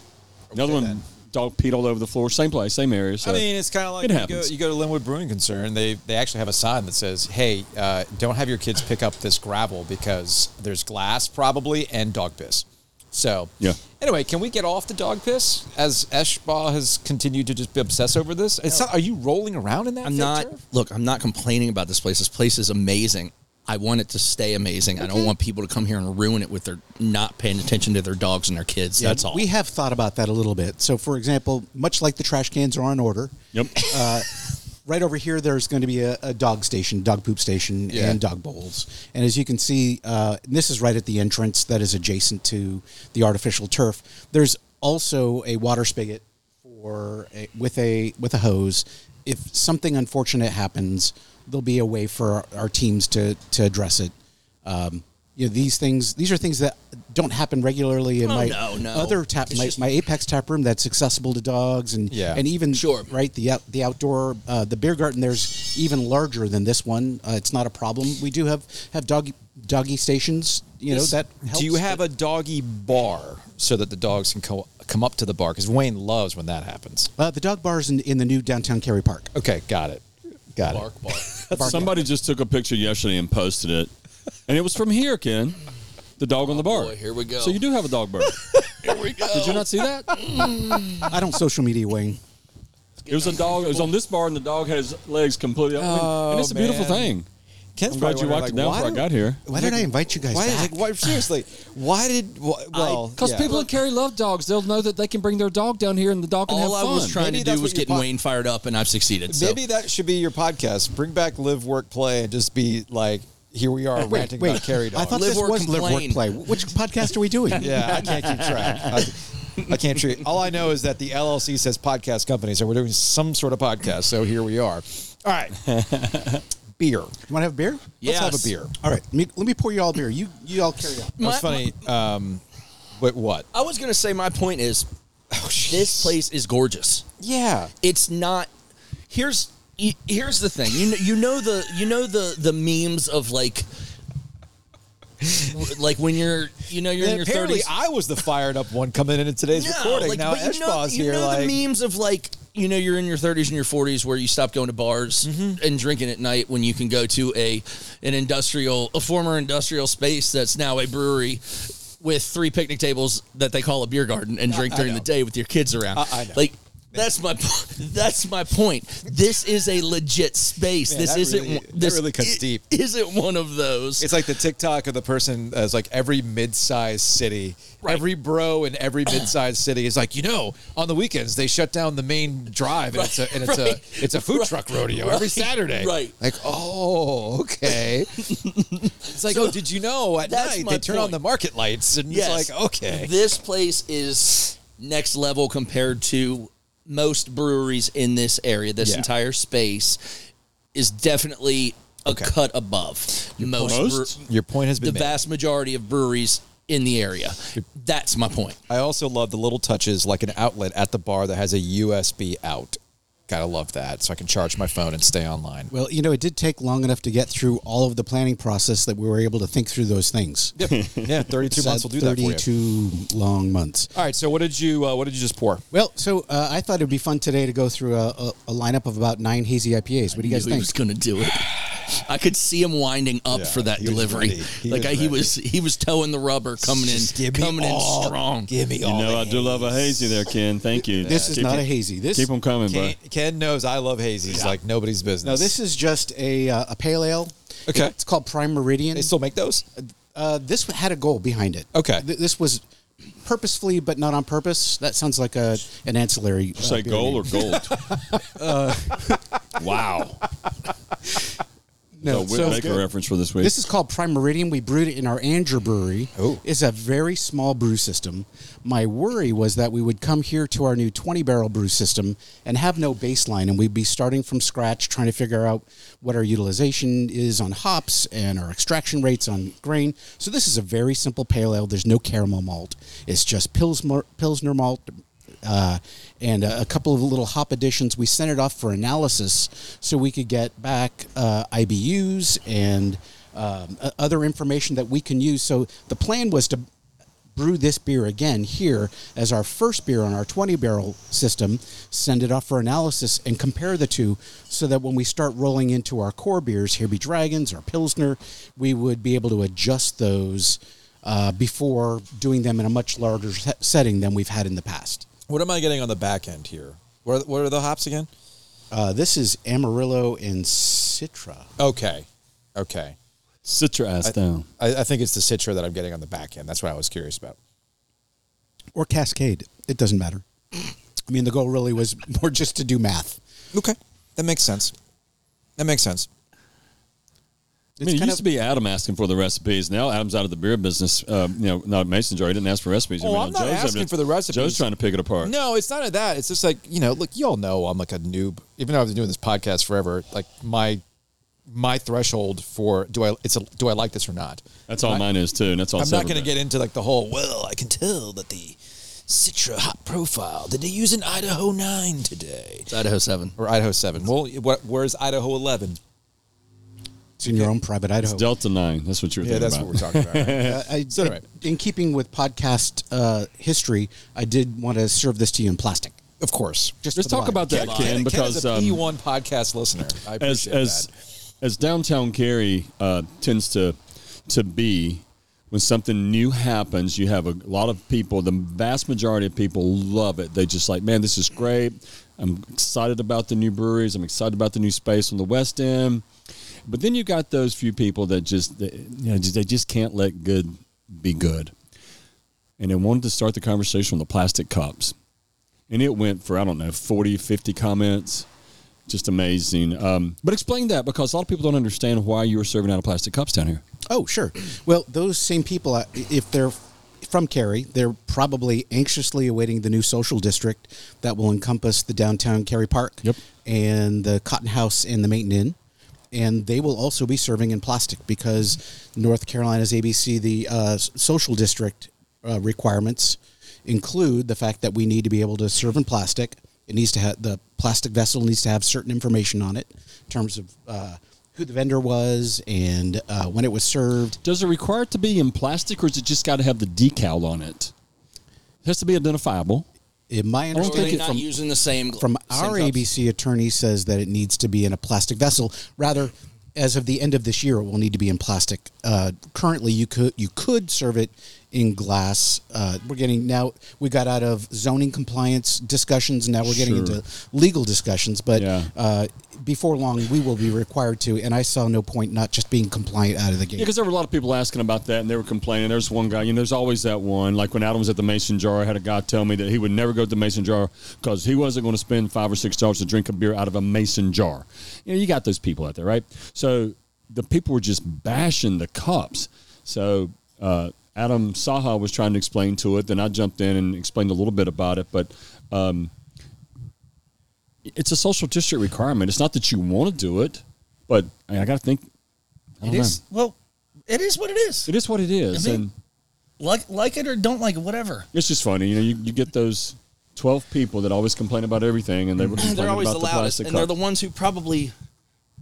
[SPEAKER 4] Another one, dog peed all over the floor. Same place, same area. So.
[SPEAKER 2] I mean, it's kind of like
[SPEAKER 4] It
[SPEAKER 2] you go,
[SPEAKER 4] happens.
[SPEAKER 2] you go to Linwood Brewing Concern. They they actually have a sign that says, "Hey, uh, don't have your kids pick up this gravel because there's glass probably and dog piss." So
[SPEAKER 4] Yeah.
[SPEAKER 2] Anyway, can we get off the dog piss as Eshbaugh has continued to just be obsessed over this? It's not, are you rolling around in that?
[SPEAKER 5] I'm
[SPEAKER 2] fake
[SPEAKER 5] not.
[SPEAKER 2] turf?
[SPEAKER 5] Look, I'm not complaining about this place. This place is amazing. I want it to stay amazing. I don't want people to come here and ruin it with their not paying attention to their dogs and their kids. That's all.
[SPEAKER 3] We have thought about that a little bit. So, for example, much like the trash cans are on order,
[SPEAKER 4] yep.
[SPEAKER 3] right over here there's going to be a, a dog station dog poop station
[SPEAKER 2] Yeah.
[SPEAKER 3] and dog bowls and as you can see uh, and this is right at the entrance that is adjacent to the artificial turf there's also a water spigot for a, with a with a hose if something unfortunate happens there'll be a way for our, our teams to to address it um, you know these things these are things that don't happen regularly in
[SPEAKER 5] Oh,
[SPEAKER 3] my
[SPEAKER 5] no, no.
[SPEAKER 3] other tap
[SPEAKER 5] It's
[SPEAKER 3] my,
[SPEAKER 5] just-
[SPEAKER 3] my apex tap room that's accessible to dogs and
[SPEAKER 2] Yeah.
[SPEAKER 3] and even
[SPEAKER 5] Sure.
[SPEAKER 3] right? The out, the outdoor, uh, the beer garden there's even larger than this one. Uh, it's not a problem. We do have have doggy doggy stations. You know that. Helps.
[SPEAKER 2] Do you have a doggy bar so that the dogs can co- come up to the bar? Because Wayne loves when that happens.
[SPEAKER 3] uh, the dog bars in, in the new downtown Cary Park?
[SPEAKER 2] Okay, got it. Got it.
[SPEAKER 5] bark, bark.
[SPEAKER 4] Somebody just took a picture yesterday and posted it, and it was from here, Ken. The dog on the bar.
[SPEAKER 5] boy, here we go.
[SPEAKER 4] So you do have a dog bird.
[SPEAKER 5] here we go.
[SPEAKER 4] Did you not see that?
[SPEAKER 3] I don't social media wing.
[SPEAKER 4] It was a dog. It was on this bar, and the dog had his legs completely up.
[SPEAKER 2] Oh,
[SPEAKER 4] and it's a beautiful
[SPEAKER 2] man.
[SPEAKER 4] thing.
[SPEAKER 2] Ken's
[SPEAKER 4] I'm glad
[SPEAKER 2] probably
[SPEAKER 4] you
[SPEAKER 2] wondering,
[SPEAKER 4] wiped
[SPEAKER 2] like,
[SPEAKER 4] it down
[SPEAKER 2] why
[SPEAKER 4] before I
[SPEAKER 2] do-
[SPEAKER 4] got here.
[SPEAKER 3] Why did I invite you guys
[SPEAKER 2] Why,
[SPEAKER 3] back?
[SPEAKER 2] like, why? Seriously, why did? wh- Well,
[SPEAKER 4] Because
[SPEAKER 2] yeah.
[SPEAKER 4] people in Cary love dogs. They'll know that they can bring their dog down here, and the dog can
[SPEAKER 5] All
[SPEAKER 4] have
[SPEAKER 5] I
[SPEAKER 4] fun.
[SPEAKER 5] was trying
[SPEAKER 2] Maybe
[SPEAKER 5] to
[SPEAKER 2] that's
[SPEAKER 5] do was
[SPEAKER 2] what your
[SPEAKER 5] get
[SPEAKER 2] po-
[SPEAKER 5] Wayne fired up, and I've succeeded. So.
[SPEAKER 2] Maybe that should be your podcast. Bring back live, work, play, and just be like, here we are ranting about carry dogs.
[SPEAKER 3] I thought
[SPEAKER 5] Live,
[SPEAKER 3] this
[SPEAKER 5] work,
[SPEAKER 3] was live
[SPEAKER 5] complain.
[SPEAKER 3] work play. Which podcast are we doing?
[SPEAKER 2] yeah, I can't keep track. I, I can't treat. All I know is that the LLC says podcast company, so we're doing some sort of podcast. So here we are. All right, beer.
[SPEAKER 3] You want to have beer?
[SPEAKER 5] Yes.
[SPEAKER 2] Let's have a beer.
[SPEAKER 3] All right. Let me, let me pour you all beer. You you all carry on.
[SPEAKER 2] It was
[SPEAKER 5] My-
[SPEAKER 2] funny. um, but what?
[SPEAKER 5] I was gonna say my point is, Oh, this place is gorgeous.
[SPEAKER 2] Yeah.
[SPEAKER 5] it's not here's y- here's the thing you know, you know the you know the the memes of like w- like when you're you know you're in
[SPEAKER 2] And
[SPEAKER 5] your
[SPEAKER 2] apparently,
[SPEAKER 5] 30s
[SPEAKER 2] I was the fired up one coming into today's
[SPEAKER 5] No,
[SPEAKER 2] recording.
[SPEAKER 5] like,
[SPEAKER 2] now
[SPEAKER 5] but you know,
[SPEAKER 2] Eshbaugh's
[SPEAKER 5] you
[SPEAKER 2] here.
[SPEAKER 5] know
[SPEAKER 2] like,
[SPEAKER 5] the memes of like you know you're in your 30s and your 40s where you stop going to bars
[SPEAKER 2] Mm-hmm.
[SPEAKER 5] and drinking at night when you can go to a an industrial a former industrial space that's now a brewery with three picnic tables that they call a beer garden and drink during the day with your kids around.
[SPEAKER 2] I know.
[SPEAKER 5] Like that's my po- that's my point. This is a legit space.
[SPEAKER 2] Man,
[SPEAKER 5] this
[SPEAKER 2] that
[SPEAKER 5] isn't
[SPEAKER 2] really-
[SPEAKER 5] one-
[SPEAKER 2] that
[SPEAKER 5] this
[SPEAKER 2] really cuts
[SPEAKER 5] i-
[SPEAKER 2] deep.
[SPEAKER 5] Isn't one of those.
[SPEAKER 2] It's like the TikTok of the person as like every mid-sized city,
[SPEAKER 5] Right.
[SPEAKER 2] every bro in every mid-sized city is like, you know, on the weekends they shut down the main drive and it's a and it's
[SPEAKER 5] Right.
[SPEAKER 2] a it's a food truck rodeo every
[SPEAKER 5] Right.
[SPEAKER 2] Saturday.
[SPEAKER 5] Right.
[SPEAKER 2] Like, oh, okay. it's like, oh, did you know at
[SPEAKER 5] that's
[SPEAKER 2] night
[SPEAKER 5] my
[SPEAKER 2] they turn on
[SPEAKER 5] point.
[SPEAKER 2] the market lights and
[SPEAKER 5] Yes.
[SPEAKER 2] it's like, okay.
[SPEAKER 5] This place is next level compared to most breweries in this area. This
[SPEAKER 2] Yeah.
[SPEAKER 5] entire space is definitely a cut above most.
[SPEAKER 4] Most?
[SPEAKER 5] bre-
[SPEAKER 2] Your point has
[SPEAKER 5] the
[SPEAKER 2] been made.
[SPEAKER 5] vast majority of breweries in the area. That's my point.
[SPEAKER 2] I also love the little touches like an outlet at the bar that has a USB out. Gotta love that. So I can charge my phone and stay online.
[SPEAKER 3] Well, you know, it did take long enough to get through all of the planning process that we were able to think through those things.
[SPEAKER 2] Yeah, 32 months will do that for you.
[SPEAKER 3] Thirty-two long months.
[SPEAKER 2] All right, so what did you uh, what did you just pour?
[SPEAKER 3] Well, so uh, I thought it'd be fun today to go through a, a, a lineup of about nine hazy IPAs. What do you guys
[SPEAKER 5] Knew he was going
[SPEAKER 3] think?
[SPEAKER 5] to do it. I could see him winding up
[SPEAKER 2] Yeah,
[SPEAKER 5] for that
[SPEAKER 2] he was
[SPEAKER 5] delivery.
[SPEAKER 2] ready. He
[SPEAKER 5] like
[SPEAKER 2] was
[SPEAKER 5] I, he was, he was towing the rubber, coming in, coming in strong.
[SPEAKER 2] Give me
[SPEAKER 4] You know, I do love a hazy there, Ken. Thank you.
[SPEAKER 3] This is
[SPEAKER 4] Keep
[SPEAKER 3] not
[SPEAKER 4] it-
[SPEAKER 3] a hazy. This
[SPEAKER 4] Keep them coming,
[SPEAKER 2] Ken,
[SPEAKER 4] bud.
[SPEAKER 2] Ken knows I love hazies like nobody's business.
[SPEAKER 3] no, this is just a uh, a pale ale.
[SPEAKER 2] Okay.
[SPEAKER 3] It's called Prime Meridian.
[SPEAKER 2] they still make those.
[SPEAKER 3] Uh, this had a goal behind it.
[SPEAKER 2] Okay.
[SPEAKER 3] Th- this was purposefully, but not on purpose. That sounds like a an ancillary. uh,
[SPEAKER 4] Say
[SPEAKER 3] beer
[SPEAKER 4] goal
[SPEAKER 3] name.
[SPEAKER 4] or gold? wow. So
[SPEAKER 3] no.
[SPEAKER 4] we'll
[SPEAKER 3] so-
[SPEAKER 4] make a reference for this week.
[SPEAKER 3] This is called Prime Meridian. We brewed it in our Andrew Brewery.
[SPEAKER 2] Oh.
[SPEAKER 3] It's a very small brew system. My worry was that we would come here to our new 20 barrel brew system and have no baseline, and we'd be starting from scratch trying to figure out what our utilization is on hops and our extraction rates on grain. So this is a very simple pale ale. There's no caramel malt. It's just Pilsner, Pilsner malt, uh, and a, a couple of little hop additions. We sent it off for analysis so we could get back uh, IBUs and um, o- other information that we can use. So the plan was to brew this beer again here as our first beer on our 20 barrel system, send it off for analysis and compare the two so that when we start rolling into our core beers, Here Be Dragons or Pilsner, we would be able to adjust those uh, before doing them in a much larger se- setting than we've had in the past.
[SPEAKER 2] What am I getting on the back end here? What are, what are the hops again?
[SPEAKER 3] Uh, this is Amarillo and Citra.
[SPEAKER 2] Okay, okay.
[SPEAKER 4] Sit your ass down.
[SPEAKER 2] I, I think it's the Citra that I'm getting on the back end. That's what I was curious about.
[SPEAKER 3] Or Cascade. It doesn't matter. I mean, the goal really was more just to do math.
[SPEAKER 2] Okay, that makes sense. That makes sense.
[SPEAKER 4] I mean, it
[SPEAKER 3] kind
[SPEAKER 4] used to be Adam asking for the recipes. Now Adam's out of the beer business. Uh, you know, not Mason jar. He didn't ask for recipes.
[SPEAKER 2] Oh,
[SPEAKER 4] I mean,
[SPEAKER 2] I'm not
[SPEAKER 4] Joe's
[SPEAKER 2] asking
[SPEAKER 4] having-
[SPEAKER 2] for the recipes.
[SPEAKER 4] Joe's trying to pick it apart.
[SPEAKER 2] No, it's not that. It's just like you know, look, you all know I'm like a noob. Even though I've been doing this podcast forever, like my my threshold for do I it's a, do I like this or not?
[SPEAKER 4] That's all mine is too, and that's all.
[SPEAKER 2] I'm not going to get into like the whole. Well, I can tell that the Citra hot profile. Did they use an Idaho nine today
[SPEAKER 5] It's Idaho 7.
[SPEAKER 2] or Idaho seven? Well, what, where's Idaho eleven?
[SPEAKER 3] It's in your own private Idaho.
[SPEAKER 4] Delta Nine. That's what you're
[SPEAKER 2] Yeah,
[SPEAKER 4] thinking
[SPEAKER 2] that's
[SPEAKER 4] about.
[SPEAKER 2] what we're talking about. right?
[SPEAKER 3] Uh, I,
[SPEAKER 2] So anyway.
[SPEAKER 3] in keeping with podcast uh, history, I did want to serve this to you in plastic.
[SPEAKER 2] of course.
[SPEAKER 4] Let's
[SPEAKER 3] Just for the
[SPEAKER 4] talk
[SPEAKER 3] line.
[SPEAKER 4] about that, Ken, because um,
[SPEAKER 2] one podcast listener, I
[SPEAKER 4] as
[SPEAKER 2] appreciate
[SPEAKER 4] as
[SPEAKER 2] that.
[SPEAKER 4] as downtown Cary uh, tends to to be, when something new happens, you have a lot of people. The vast majority of people love it. They just like, man, this is great. I'm excited about the new breweries. I'm excited about the new space on the West End. But then you got those few people that just they, you know just, they just can't let good be good, and they wanted to start the conversation on the plastic cups. And it went for, I don't know, 40, 50 comments just amazing. Um, but explain that because a lot of people don't understand why you were serving out of plastic cups down here.
[SPEAKER 3] Oh, sure. Well, those same people, uh, if they're from Cary, they're probably anxiously awaiting the new social district that will encompass the downtown Cary Park
[SPEAKER 4] Yep.
[SPEAKER 3] and the Cotton House and the Maiden Inn. And they will also be serving in plastic because North Carolina's ABC, the uh, s- social district uh, requirements include the fact that we need to be able to serve in plastic. It needs to have the plastic vessel needs to have certain information on it in terms of uh, who the vendor was and uh, when it was served.
[SPEAKER 4] Does it require it to be in plastic or is it just got to have the decal on it? It has to be identifiable.
[SPEAKER 3] In my
[SPEAKER 4] don't
[SPEAKER 5] Or are
[SPEAKER 4] think
[SPEAKER 5] they
[SPEAKER 4] it-
[SPEAKER 3] understanding,
[SPEAKER 5] not
[SPEAKER 3] from,
[SPEAKER 5] using the same
[SPEAKER 3] from
[SPEAKER 5] same
[SPEAKER 3] our
[SPEAKER 5] cups?
[SPEAKER 3] ABC attorney says that it needs to be in a plastic vessel. Rather, as of the end of this year, it will need to be in plastic. Uh, currently, you could you could serve it in glass. Uh, we're getting now we got out of zoning compliance discussions. Now we're getting
[SPEAKER 4] Sure.
[SPEAKER 3] into legal discussions. But
[SPEAKER 4] Yeah.
[SPEAKER 3] uh, before long, we will be required to. And I saw no point not just being compliant out of the gate.
[SPEAKER 4] Yeah, because there were a lot of people asking about that, and they were complaining. There's one guy, you know, there's always that one. Like when Adam was at the Mason Jar, I had a guy tell me that he would never go to the Mason Jar because he wasn't going to spend five or six dollars to drink a beer out of a Mason Jar. You know, you got those people out there, right? So the people were just bashing the cups. So uh, Adam Saha was trying to explain to it. Then I jumped in and explained a little bit about it, but um, it's a social district requirement. It's not that you want to do it, but I, I got to think. I
[SPEAKER 6] It
[SPEAKER 4] don't
[SPEAKER 6] is well, it is what it is.
[SPEAKER 4] Know. It is what it is,
[SPEAKER 6] I mean-
[SPEAKER 4] and.
[SPEAKER 6] Like like it or don't like it, whatever.
[SPEAKER 4] It's just funny, you know. You, you get those twelve people that always complain about everything, and they were complaining
[SPEAKER 5] They're always
[SPEAKER 4] about
[SPEAKER 5] the
[SPEAKER 4] the
[SPEAKER 5] loudest,
[SPEAKER 4] plastic.
[SPEAKER 5] and
[SPEAKER 4] cup.
[SPEAKER 5] they're the ones who probably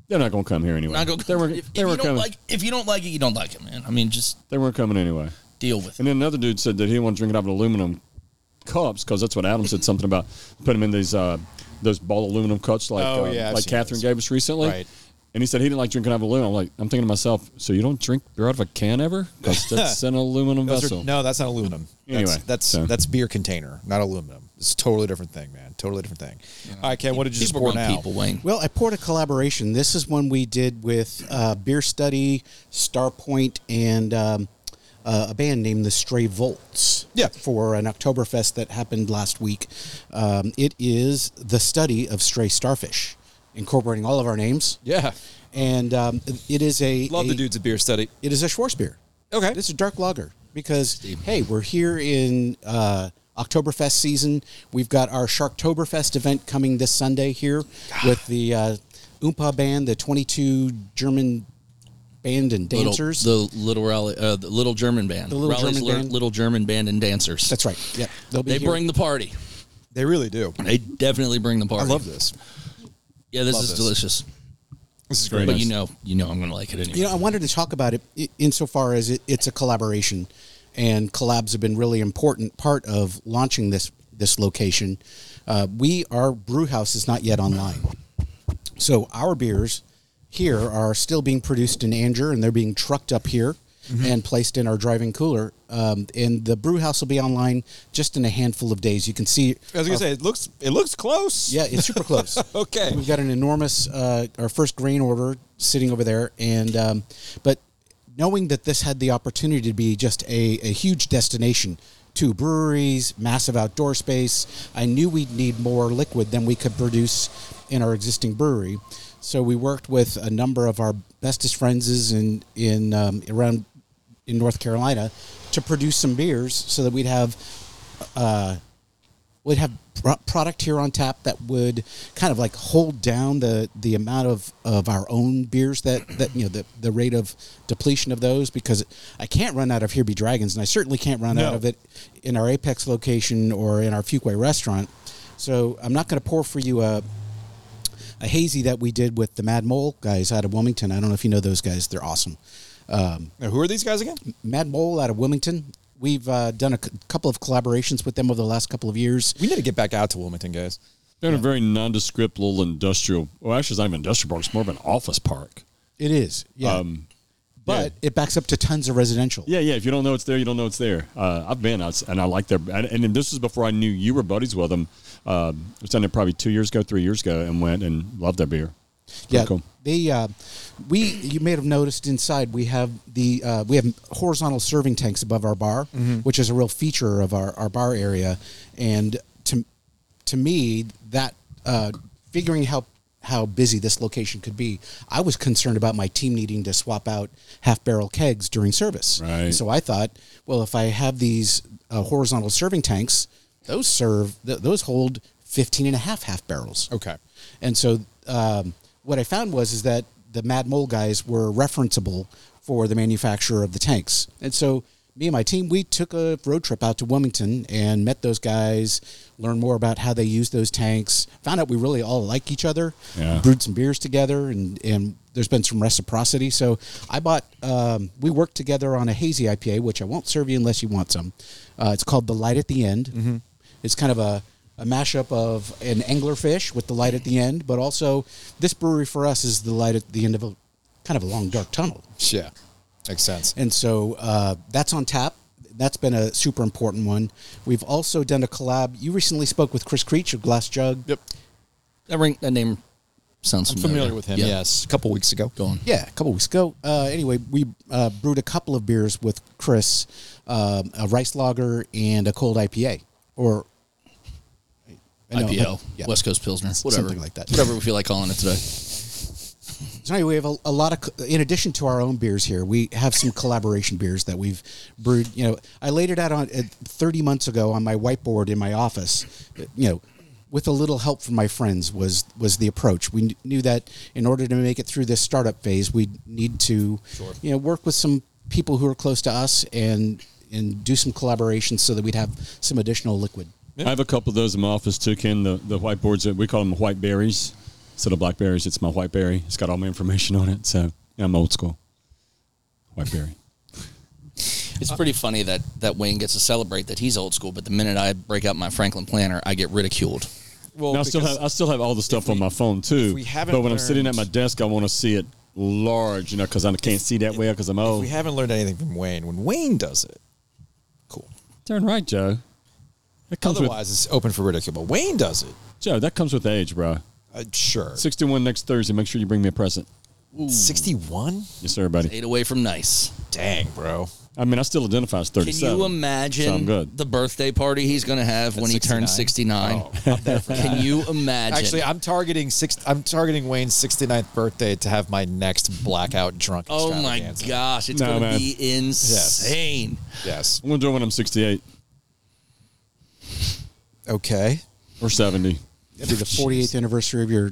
[SPEAKER 4] They're not going to come here anyway.
[SPEAKER 6] I go.
[SPEAKER 4] they were,
[SPEAKER 6] if, if
[SPEAKER 4] they
[SPEAKER 6] you
[SPEAKER 4] were
[SPEAKER 6] don't
[SPEAKER 4] coming.
[SPEAKER 6] like if you don't like it, you don't like it, man. I mean, just
[SPEAKER 4] they weren't coming anyway.
[SPEAKER 6] deal with it.
[SPEAKER 4] And then another dude said that he didn't want to drink it out of aluminum cups because that's what Adam said something about putting them in these uh, those ball aluminum cups like
[SPEAKER 2] Oh,
[SPEAKER 4] uh,
[SPEAKER 2] yeah, I've
[SPEAKER 4] like
[SPEAKER 2] seen
[SPEAKER 4] Catherine
[SPEAKER 2] those.
[SPEAKER 4] gave us recently.
[SPEAKER 2] Right.
[SPEAKER 4] And he said he didn't like drinking out of aluminum. I'm like, I'm thinking to myself, so you don't drink beer out of a can ever? Because that's an aluminum
[SPEAKER 2] Those are-
[SPEAKER 4] vessel.
[SPEAKER 2] no, that's not aluminum.
[SPEAKER 4] Anyway,
[SPEAKER 2] that's that's,
[SPEAKER 4] so-
[SPEAKER 2] that's beer container, not aluminum. It's a totally different thing, man. Totally different thing. All right, Ken, what did you just
[SPEAKER 6] people
[SPEAKER 2] pour
[SPEAKER 6] run
[SPEAKER 2] now?
[SPEAKER 6] people, Wayne.
[SPEAKER 3] Well, I poured a collaboration. This is one we did with uh, Beer Study, Starpoint, and um, uh, a band named the Stray Volts.
[SPEAKER 2] Yeah.
[SPEAKER 3] For an Oktoberfest that happened last week. Um, it is the study of stray starfish, incorporating all of our names.
[SPEAKER 2] Yeah.
[SPEAKER 3] And um, it is a
[SPEAKER 2] Love
[SPEAKER 3] a-
[SPEAKER 2] the dude's a beer study.
[SPEAKER 3] It is a Schwarzbier.
[SPEAKER 2] Okay.
[SPEAKER 3] This is dark lager because hey, we're here in uh, Oktoberfest season. We've got our Sharktoberfest event coming this Sunday here with the uh, Oompa band, the 22 German band and
[SPEAKER 5] Little-
[SPEAKER 3] dancers.
[SPEAKER 5] the little rally, uh, the little German band, the
[SPEAKER 3] little German band.
[SPEAKER 5] little German band and dancers.
[SPEAKER 3] That's right. Yep. They'll be
[SPEAKER 5] They
[SPEAKER 3] here.
[SPEAKER 5] bring the party.
[SPEAKER 2] They really do.
[SPEAKER 5] They definitely bring the
[SPEAKER 2] I
[SPEAKER 5] party.
[SPEAKER 2] love this.
[SPEAKER 5] Yeah, this
[SPEAKER 2] Love
[SPEAKER 5] is
[SPEAKER 2] this.
[SPEAKER 5] delicious.
[SPEAKER 2] This is great.
[SPEAKER 5] But you know, you know, I'm gonna like it anyway.
[SPEAKER 3] You know, I wanted to talk about it i- insofar as it, it's a collaboration, and collabs have been really important part of launching this this location. Uh, we our brew house is not yet online, so our beers here are still being produced in Anger, and they're being trucked up here and placed in our driving cooler. Um, and the brew house will be online just in a handful of days. You can see.
[SPEAKER 2] I was gonna say it looks it looks close.
[SPEAKER 3] Yeah, it's super close.
[SPEAKER 2] Okay.
[SPEAKER 3] We've got an enormous, uh, our first grain order sitting over there, and um, but knowing that this had the opportunity to be just a, a huge destination, two breweries, massive outdoor space, I knew we'd need more liquid than we could produce in our existing brewery. So we worked with a number of our bestest friends in in um, around in North Carolina to produce some beers so that we'd have would have pro- product here on tap that would kind of like hold down the the amount of of our own beers that that you know the the rate of depletion of those because I can't run out of Here Be Dragons and I certainly can't run out
[SPEAKER 2] No.
[SPEAKER 3] of it in our Apex location or in our Fuquay restaurant. So I'm not going to pour for you a a hazy that we did with the Mad Mole guys out of Wilmington. I don't know if you know those guys; they're awesome.
[SPEAKER 2] Now, who are these guys again?
[SPEAKER 3] Mad Mole out of Wilmington. We've uh, done a c- couple of collaborations with them over the last couple of years.
[SPEAKER 2] We need to get back out to Wilmington, guys.
[SPEAKER 4] They're in a very nondescript little industrial. Well, actually, it's not even an industrial park. It's more of an office park.
[SPEAKER 3] It is, yeah. but it backs up to tons of residential.
[SPEAKER 4] Um, Yeah, yeah. If you don't know it's there, you don't know it's there. Uh, I've been, out, and I like their. And, and this was before I knew you were buddies with them. Um, I was down there probably two years ago, three years ago, and went and loved their beer. Pretty
[SPEAKER 3] yeah.
[SPEAKER 4] cool.
[SPEAKER 3] They, uh, we, you may have noticed inside we have the uh, we have horizontal serving tanks above our bar,
[SPEAKER 4] Mm-hmm.
[SPEAKER 3] which is a real feature of our, our bar area, and to to me that uh, figuring how how busy this location could be, I was concerned about my team needing to swap out half barrel kegs during service.
[SPEAKER 4] Right.
[SPEAKER 3] So I thought, well, if I have these uh, horizontal serving tanks, those serve th- those hold 15 and a half half barrels.
[SPEAKER 2] Okay.
[SPEAKER 3] And so um, what I found was is that the Mad Mole guys were referenceable for the manufacturer of the tanks. And so me and my team, we took a road trip out to Wilmington and met those guys, learned more about how they use those tanks, found out we really all like each other,
[SPEAKER 4] Yeah.
[SPEAKER 3] brewed some beers together, and, and there's been some reciprocity. So I bought, um, we worked together on a hazy IPA, which I won't serve you unless you want some. Uh, it's called The Light at the End. It's kind of a, a mashup of an anglerfish with the light at the end, but also this brewery for us is the light at the end of a kind of a long dark tunnel.
[SPEAKER 2] Yeah, makes sense.
[SPEAKER 3] And so uh, that's on tap. That's been a super important one. We've also done a collab. You recently spoke with Chris Creech of Glass Jug.
[SPEAKER 2] Yep,
[SPEAKER 5] That ring, that name sounds
[SPEAKER 2] I'm
[SPEAKER 5] familiar.
[SPEAKER 2] familiar with him.
[SPEAKER 5] Yeah.
[SPEAKER 2] Yes, a couple weeks ago.
[SPEAKER 5] Go on.
[SPEAKER 3] Yeah, a couple weeks ago. Uh, anyway, we uh, brewed a couple of beers with Chris, um, a rice lager and a cold IPA, or I know,
[SPEAKER 5] IPL,
[SPEAKER 3] yeah.
[SPEAKER 5] West Coast Pilsner, whatever,
[SPEAKER 3] something like that.
[SPEAKER 5] whatever we feel like calling it today.
[SPEAKER 3] So anyway, we have a, a lot of, co- in addition to our own beers here, we have some collaboration beers that we've brewed. You know, I laid it out on uh, 30 months ago on my whiteboard in my office. You know, with a little help from my friends was was the approach. We kn- knew that in order to make it through this startup phase, we need to, you know, work with some people who are close to us and and do some collaborations so that we'd have some additional liquid.
[SPEAKER 4] I have a couple of those in my office too, Ken. The the whiteboards that we call them white berries instead of blackberries. It's my white berry. It's got all my information on it. So yeah, I'm old school. White berry.
[SPEAKER 5] It's pretty funny that that Wayne gets to celebrate that he's old school, but the minute I break out my Franklin planner, I get ridiculed.
[SPEAKER 2] Well,
[SPEAKER 4] Now, I still
[SPEAKER 2] because-
[SPEAKER 4] have I still have all the stuff on my phone too.
[SPEAKER 2] we haven't
[SPEAKER 4] but when I'm sitting at
[SPEAKER 2] learned-
[SPEAKER 4] my desk, I want to see it large, you know, because I can't see that well because I'm
[SPEAKER 2] if
[SPEAKER 4] old.
[SPEAKER 2] we haven't learned anything from Wayne. When Wayne does it, cool.
[SPEAKER 4] Darn right, Joe. That comes with
[SPEAKER 2] Otherwise, it's open for ridicule. But Wayne does it.
[SPEAKER 4] Joe. That comes with age, bro.
[SPEAKER 2] Uh, sure.
[SPEAKER 4] 61 next Thursday. Make sure you bring me a present.
[SPEAKER 2] Sixty-one.
[SPEAKER 4] Yes, sir, buddy.
[SPEAKER 5] Eight away from nice.
[SPEAKER 2] Dang, bro.
[SPEAKER 4] I mean, I still identify as 37.
[SPEAKER 5] Can you
[SPEAKER 4] So I'm
[SPEAKER 5] imagine
[SPEAKER 4] good.
[SPEAKER 5] the birthday party he's going to have when he turns 69? Can you imagine?
[SPEAKER 2] Actually, I'm targeting six. I'm targeting Wayne's 69th birthday to have my next blackout drunk.
[SPEAKER 5] oh my
[SPEAKER 2] extravaganza.
[SPEAKER 5] gosh, it's
[SPEAKER 4] No,
[SPEAKER 5] going
[SPEAKER 4] man.
[SPEAKER 5] to be insane.
[SPEAKER 2] Yes.
[SPEAKER 4] I'm going to do it when I'm 68
[SPEAKER 2] Okay.
[SPEAKER 4] or 70.
[SPEAKER 3] It'll be the 48th anniversary of your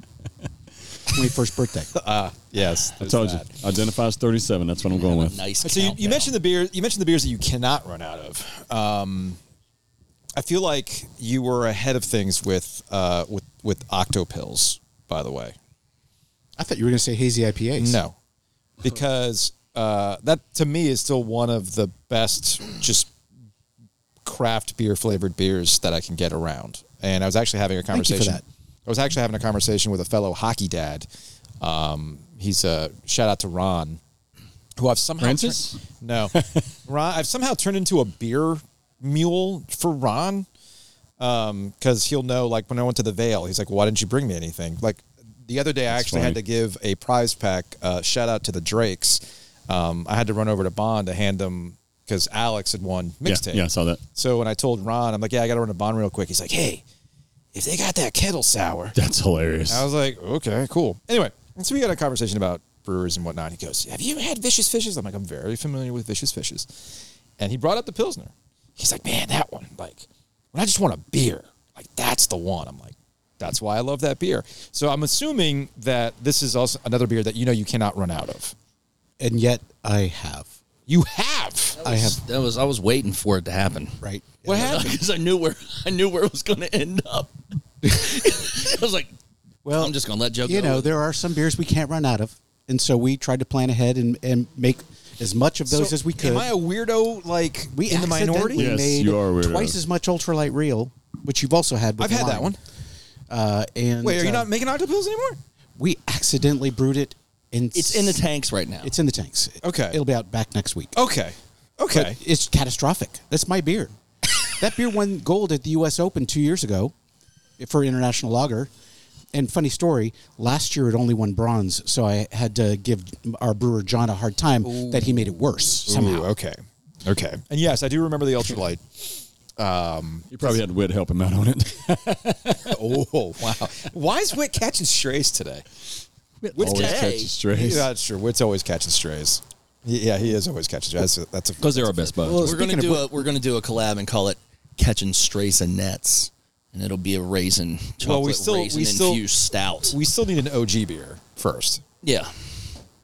[SPEAKER 3] 21st birthday.
[SPEAKER 2] Yes.
[SPEAKER 4] I told you. Identify as 37. That's what I'm going with.
[SPEAKER 5] Nice.
[SPEAKER 2] So you, you
[SPEAKER 5] countdown.
[SPEAKER 2] mentioned the beer. You mentioned the beers that you cannot run out of. Um, I feel like you were ahead of things with uh, with with Octopills. By the way,
[SPEAKER 3] I thought you were going to say hazy IPAs.
[SPEAKER 2] no, because uh, that to me is still one of the best just craft beer flavored beers that I can get around. And I was actually having a
[SPEAKER 3] Thank you for
[SPEAKER 2] conversation.
[SPEAKER 3] that.
[SPEAKER 2] I was actually having a conversation with a fellow hockey dad. Um, he's a shout out to Ron, who I've somehow
[SPEAKER 4] Francis?
[SPEAKER 2] tur- no, Ron. I've somehow turned into a beer mule for Ron because he'll know. Like when I went to the Vale, he's like, "Why didn't you bring me anything?" Like the other day, I actually had
[SPEAKER 4] funny.
[SPEAKER 2] to give a prize pack uh, shout out to the Drakes. Um, I had to run over to Bond to hand them because Alex had won
[SPEAKER 4] Yeah,
[SPEAKER 2] mixtape.
[SPEAKER 4] yeah, I saw that.
[SPEAKER 2] So when I told Ron, I'm like, "Yeah, I got to run to Bond real quick." He's like, "Hey, if they got that kettle sour,"
[SPEAKER 4] That's hilarious.
[SPEAKER 2] I was like, okay, cool. Anyway, so we got a conversation about brewers and whatnot. He goes, Have you had Vicious Fishes? I'm like, I'm very familiar with Vicious Fishes. And he brought up the Pilsner. He's like, Man, that one, like, when I just want a beer, like, that's the one. I'm like, That's why I love that beer. So I'm assuming that this is also another beer that you know you cannot run out of.
[SPEAKER 3] And yet I have.
[SPEAKER 2] You have.
[SPEAKER 3] I have,
[SPEAKER 6] That was I was waiting for it to happen.
[SPEAKER 3] right?
[SPEAKER 2] What happened?
[SPEAKER 6] Because I knew where I knew where it was going to end up. I was like,
[SPEAKER 3] Well,
[SPEAKER 6] I'm just gonna let Joe
[SPEAKER 3] You
[SPEAKER 6] go.
[SPEAKER 3] know, there are some beers we can't run out of. And so we tried to plan ahead and, and make as much of those
[SPEAKER 2] So
[SPEAKER 3] as we could.
[SPEAKER 2] Am I a weirdo, like,
[SPEAKER 3] we
[SPEAKER 2] in the
[SPEAKER 3] accidentally
[SPEAKER 2] minority?
[SPEAKER 4] Yes,
[SPEAKER 3] made
[SPEAKER 4] you are a weirdo.
[SPEAKER 3] twice as much ultralight real, which you've also had. With
[SPEAKER 2] I've had
[SPEAKER 3] wine.
[SPEAKER 2] that one.
[SPEAKER 3] Uh, and
[SPEAKER 2] Wait, are you
[SPEAKER 3] uh,
[SPEAKER 2] not making octopills anymore?
[SPEAKER 3] We accidentally brewed it, and
[SPEAKER 6] it's in the tanks right now.
[SPEAKER 3] It's in the tanks.
[SPEAKER 2] Okay. Oh,
[SPEAKER 3] it'll be out back next week.
[SPEAKER 2] Okay. Okay.
[SPEAKER 3] But it's catastrophic. That's my beer. that beer won gold at the U.S. Open two years ago for international lager. And funny story, last year it only won bronze, so I had to give our brewer John a hard time that he made it worse somehow.
[SPEAKER 2] Ooh, uh. okay. Okay. And yes, I do remember the ultralight.
[SPEAKER 4] you probably had Whit help him out on it.
[SPEAKER 2] oh, wow. Why is Witt catching strays today? Witt's
[SPEAKER 4] Always
[SPEAKER 6] Hey.
[SPEAKER 4] catches strays.
[SPEAKER 2] Yeah, that's true. Witt's always catching strays. Yeah, he is always catching strays. That's a, that's a,
[SPEAKER 4] Because they're our best buds.
[SPEAKER 6] we're gonna do a we're gonna do a collab and call it catching strays and nets, and it'll be a raisin chocolate
[SPEAKER 2] Well, we still- we
[SPEAKER 6] raisin
[SPEAKER 2] still-
[SPEAKER 6] infused stout.
[SPEAKER 2] we still need an OG beer first.
[SPEAKER 6] yeah.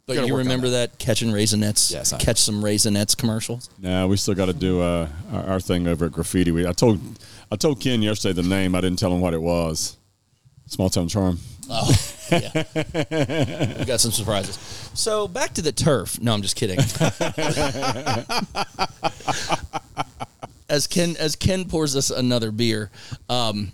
[SPEAKER 6] But
[SPEAKER 2] Gotta
[SPEAKER 6] you
[SPEAKER 2] work on
[SPEAKER 6] remember that. catching raisinets?
[SPEAKER 2] Yes, I-
[SPEAKER 6] catch some raisinettes commercials.
[SPEAKER 4] Nah, we still got to do uh, our, our thing over at graffiti. We, I told I told Ken yesterday the name. I didn't tell him what it was. Small town charm.
[SPEAKER 6] Oh, yeah. we got some surprises. So back to the turf. No, I'm just kidding. as Ken as Ken pours us another beer, um,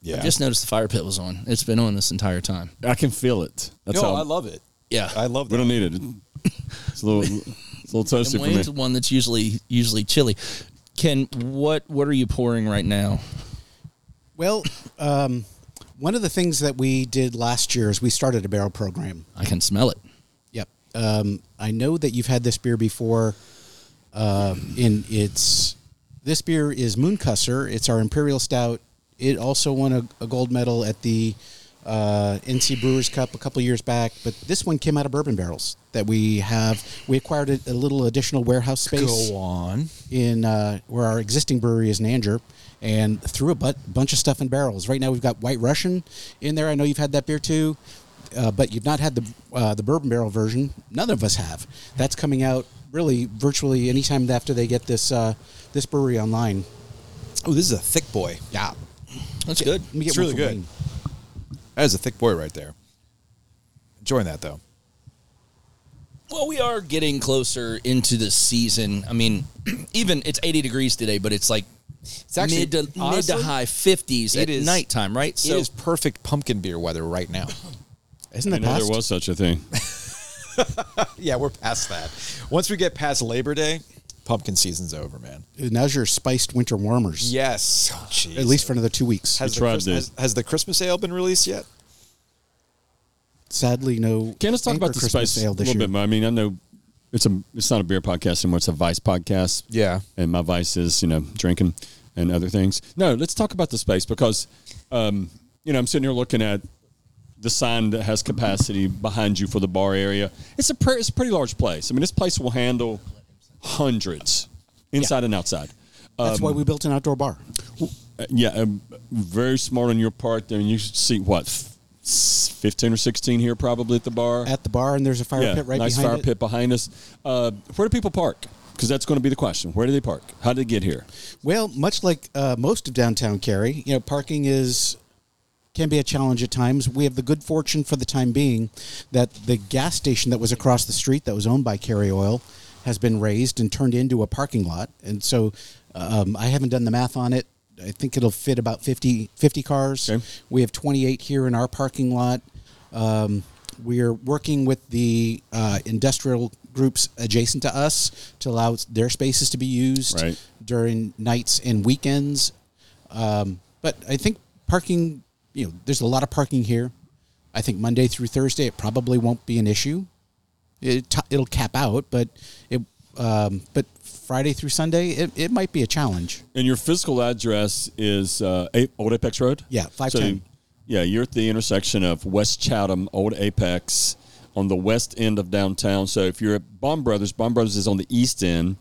[SPEAKER 2] Yeah.
[SPEAKER 6] I just noticed the fire pit was on. It's been on this entire time.
[SPEAKER 4] I can feel it. That's
[SPEAKER 2] no,
[SPEAKER 4] how
[SPEAKER 2] I love it.
[SPEAKER 6] Yeah,
[SPEAKER 2] I love
[SPEAKER 4] We
[SPEAKER 2] that.
[SPEAKER 4] don't need it. It's a little, it's a little toasty
[SPEAKER 6] and
[SPEAKER 4] for me.
[SPEAKER 6] Wayne's the one that's usually usually chilly. Ken, what what are you pouring right now?
[SPEAKER 3] Well, um, one of the things that we did last year is we started a barrel program.
[SPEAKER 6] I can smell it.
[SPEAKER 3] Yep. Um, I know that you've had this beer before. Uh, in it's this beer is Mooncusser. It's our imperial stout. It also won a, a gold medal at the uh, NC Brewers Cup a couple years back. But this one came out of bourbon barrels that we have. We acquired a, a little additional warehouse space
[SPEAKER 2] Go on.
[SPEAKER 3] in uh, where our existing brewery is in Anger, and threw a bu- bunch of stuff in barrels. Right now, we've got White Russian in there. I know you've had that beer too, uh, but you've not had the uh, the bourbon barrel version. None of us have. That's coming out really virtually anytime after they get this uh, this brewery online.
[SPEAKER 2] Oh, this is a thick boy.
[SPEAKER 3] Yeah,
[SPEAKER 6] That's good.
[SPEAKER 3] let me get
[SPEAKER 2] It's
[SPEAKER 3] one
[SPEAKER 2] really
[SPEAKER 3] for
[SPEAKER 2] good.
[SPEAKER 3] Wayne.
[SPEAKER 2] That is a thick boy right there. Enjoying that though.
[SPEAKER 6] Well, we are getting closer into the season. I mean, even it's 80 degrees today, but it's like it's
[SPEAKER 2] actually-
[SPEAKER 6] mid to mid
[SPEAKER 2] honestly,
[SPEAKER 6] to high 50s
[SPEAKER 2] it
[SPEAKER 6] at
[SPEAKER 2] is-
[SPEAKER 6] nighttime, right?
[SPEAKER 2] it is perfect pumpkin beer weather right now.
[SPEAKER 3] Isn't
[SPEAKER 4] I didn't
[SPEAKER 3] that
[SPEAKER 4] know
[SPEAKER 3] past?
[SPEAKER 4] there was such a thing.
[SPEAKER 2] yeah, we're past that. Once we get past Labor Day, pumpkin season's over, man.
[SPEAKER 3] Now's your spiced winter warmers.
[SPEAKER 2] Yes. Oh, jeez.
[SPEAKER 3] At least for another two weeks.
[SPEAKER 2] Has the,
[SPEAKER 4] tried
[SPEAKER 2] Christ-
[SPEAKER 4] to.
[SPEAKER 2] has, has the Christmas ale been released yet?
[SPEAKER 3] Sadly, no.
[SPEAKER 4] Ken, let's talk
[SPEAKER 3] Anchor
[SPEAKER 4] about the
[SPEAKER 3] Christmas
[SPEAKER 4] space a
[SPEAKER 3] ale this
[SPEAKER 4] little
[SPEAKER 3] year.
[SPEAKER 4] bit more. I mean, I know it's a it's not a beer podcast anymore. It's a vice podcast.
[SPEAKER 2] Yeah.
[SPEAKER 4] and my vice is you know drinking and other things. No, let's talk about the space because, um, you know, I'm sitting here looking at the sign that has capacity behind you for the bar area. It's a pre- it's a pretty large place. I mean, this place will handle hundreds inside and outside.
[SPEAKER 3] That's
[SPEAKER 4] Um,
[SPEAKER 3] why we built an outdoor bar.
[SPEAKER 4] Uh, yeah, um, very smart on your part. There, and you see what f- s- fifteen or sixteen here probably at the bar.
[SPEAKER 3] At the bar, and there's a fire
[SPEAKER 4] yeah,
[SPEAKER 3] pit right
[SPEAKER 4] nice
[SPEAKER 3] behind
[SPEAKER 4] fire
[SPEAKER 3] it.
[SPEAKER 4] pit behind us. Uh, where do people park? Because that's going to be the question. Where do they park? How did they get here?
[SPEAKER 3] Well, much like uh, most of downtown Cary, you know, parking is can be a challenge at times. We have the good fortune for the time being that the gas station that was across the street that was owned by Cary Oil has been raised and turned into a parking lot. And so um, I haven't done the math on it. I think it'll fit about 50, 50 cars.
[SPEAKER 4] Okay.
[SPEAKER 3] We have 28 here in our parking lot. Um, we're working with the uh, industrial groups adjacent to us to allow their spaces to be used
[SPEAKER 4] Right.
[SPEAKER 3] during nights and weekends. Um, but I think parking, you know, there's a lot of parking here. I think Monday through Thursday, it probably won't be an issue. It, t- it'll cap out, but it, um, but Friday through Sunday, it, it might be a challenge.
[SPEAKER 4] And your physical address is uh, A- Old Apex Road?
[SPEAKER 3] Yeah, 510.
[SPEAKER 4] yeah, you're at the intersection of West Chatham, Old Apex, on the west end of downtown. So if you're at Bomb Brothers, Bomb Brothers is on the east end.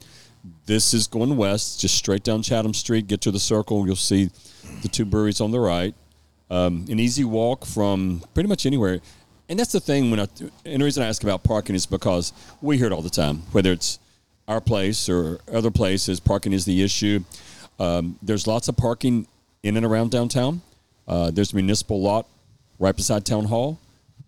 [SPEAKER 4] This is going west, just straight down Chatham Street. Get to the circle, you'll see the two breweries on the right. Um, an easy walk from pretty much anywhere. And that's the thing when I, and the reason I ask about parking is because we hear it all the time, whether it's our place or other places, parking is the issue. Um, there's lots of parking in and around downtown. Uh, there's a municipal lot right beside town hall.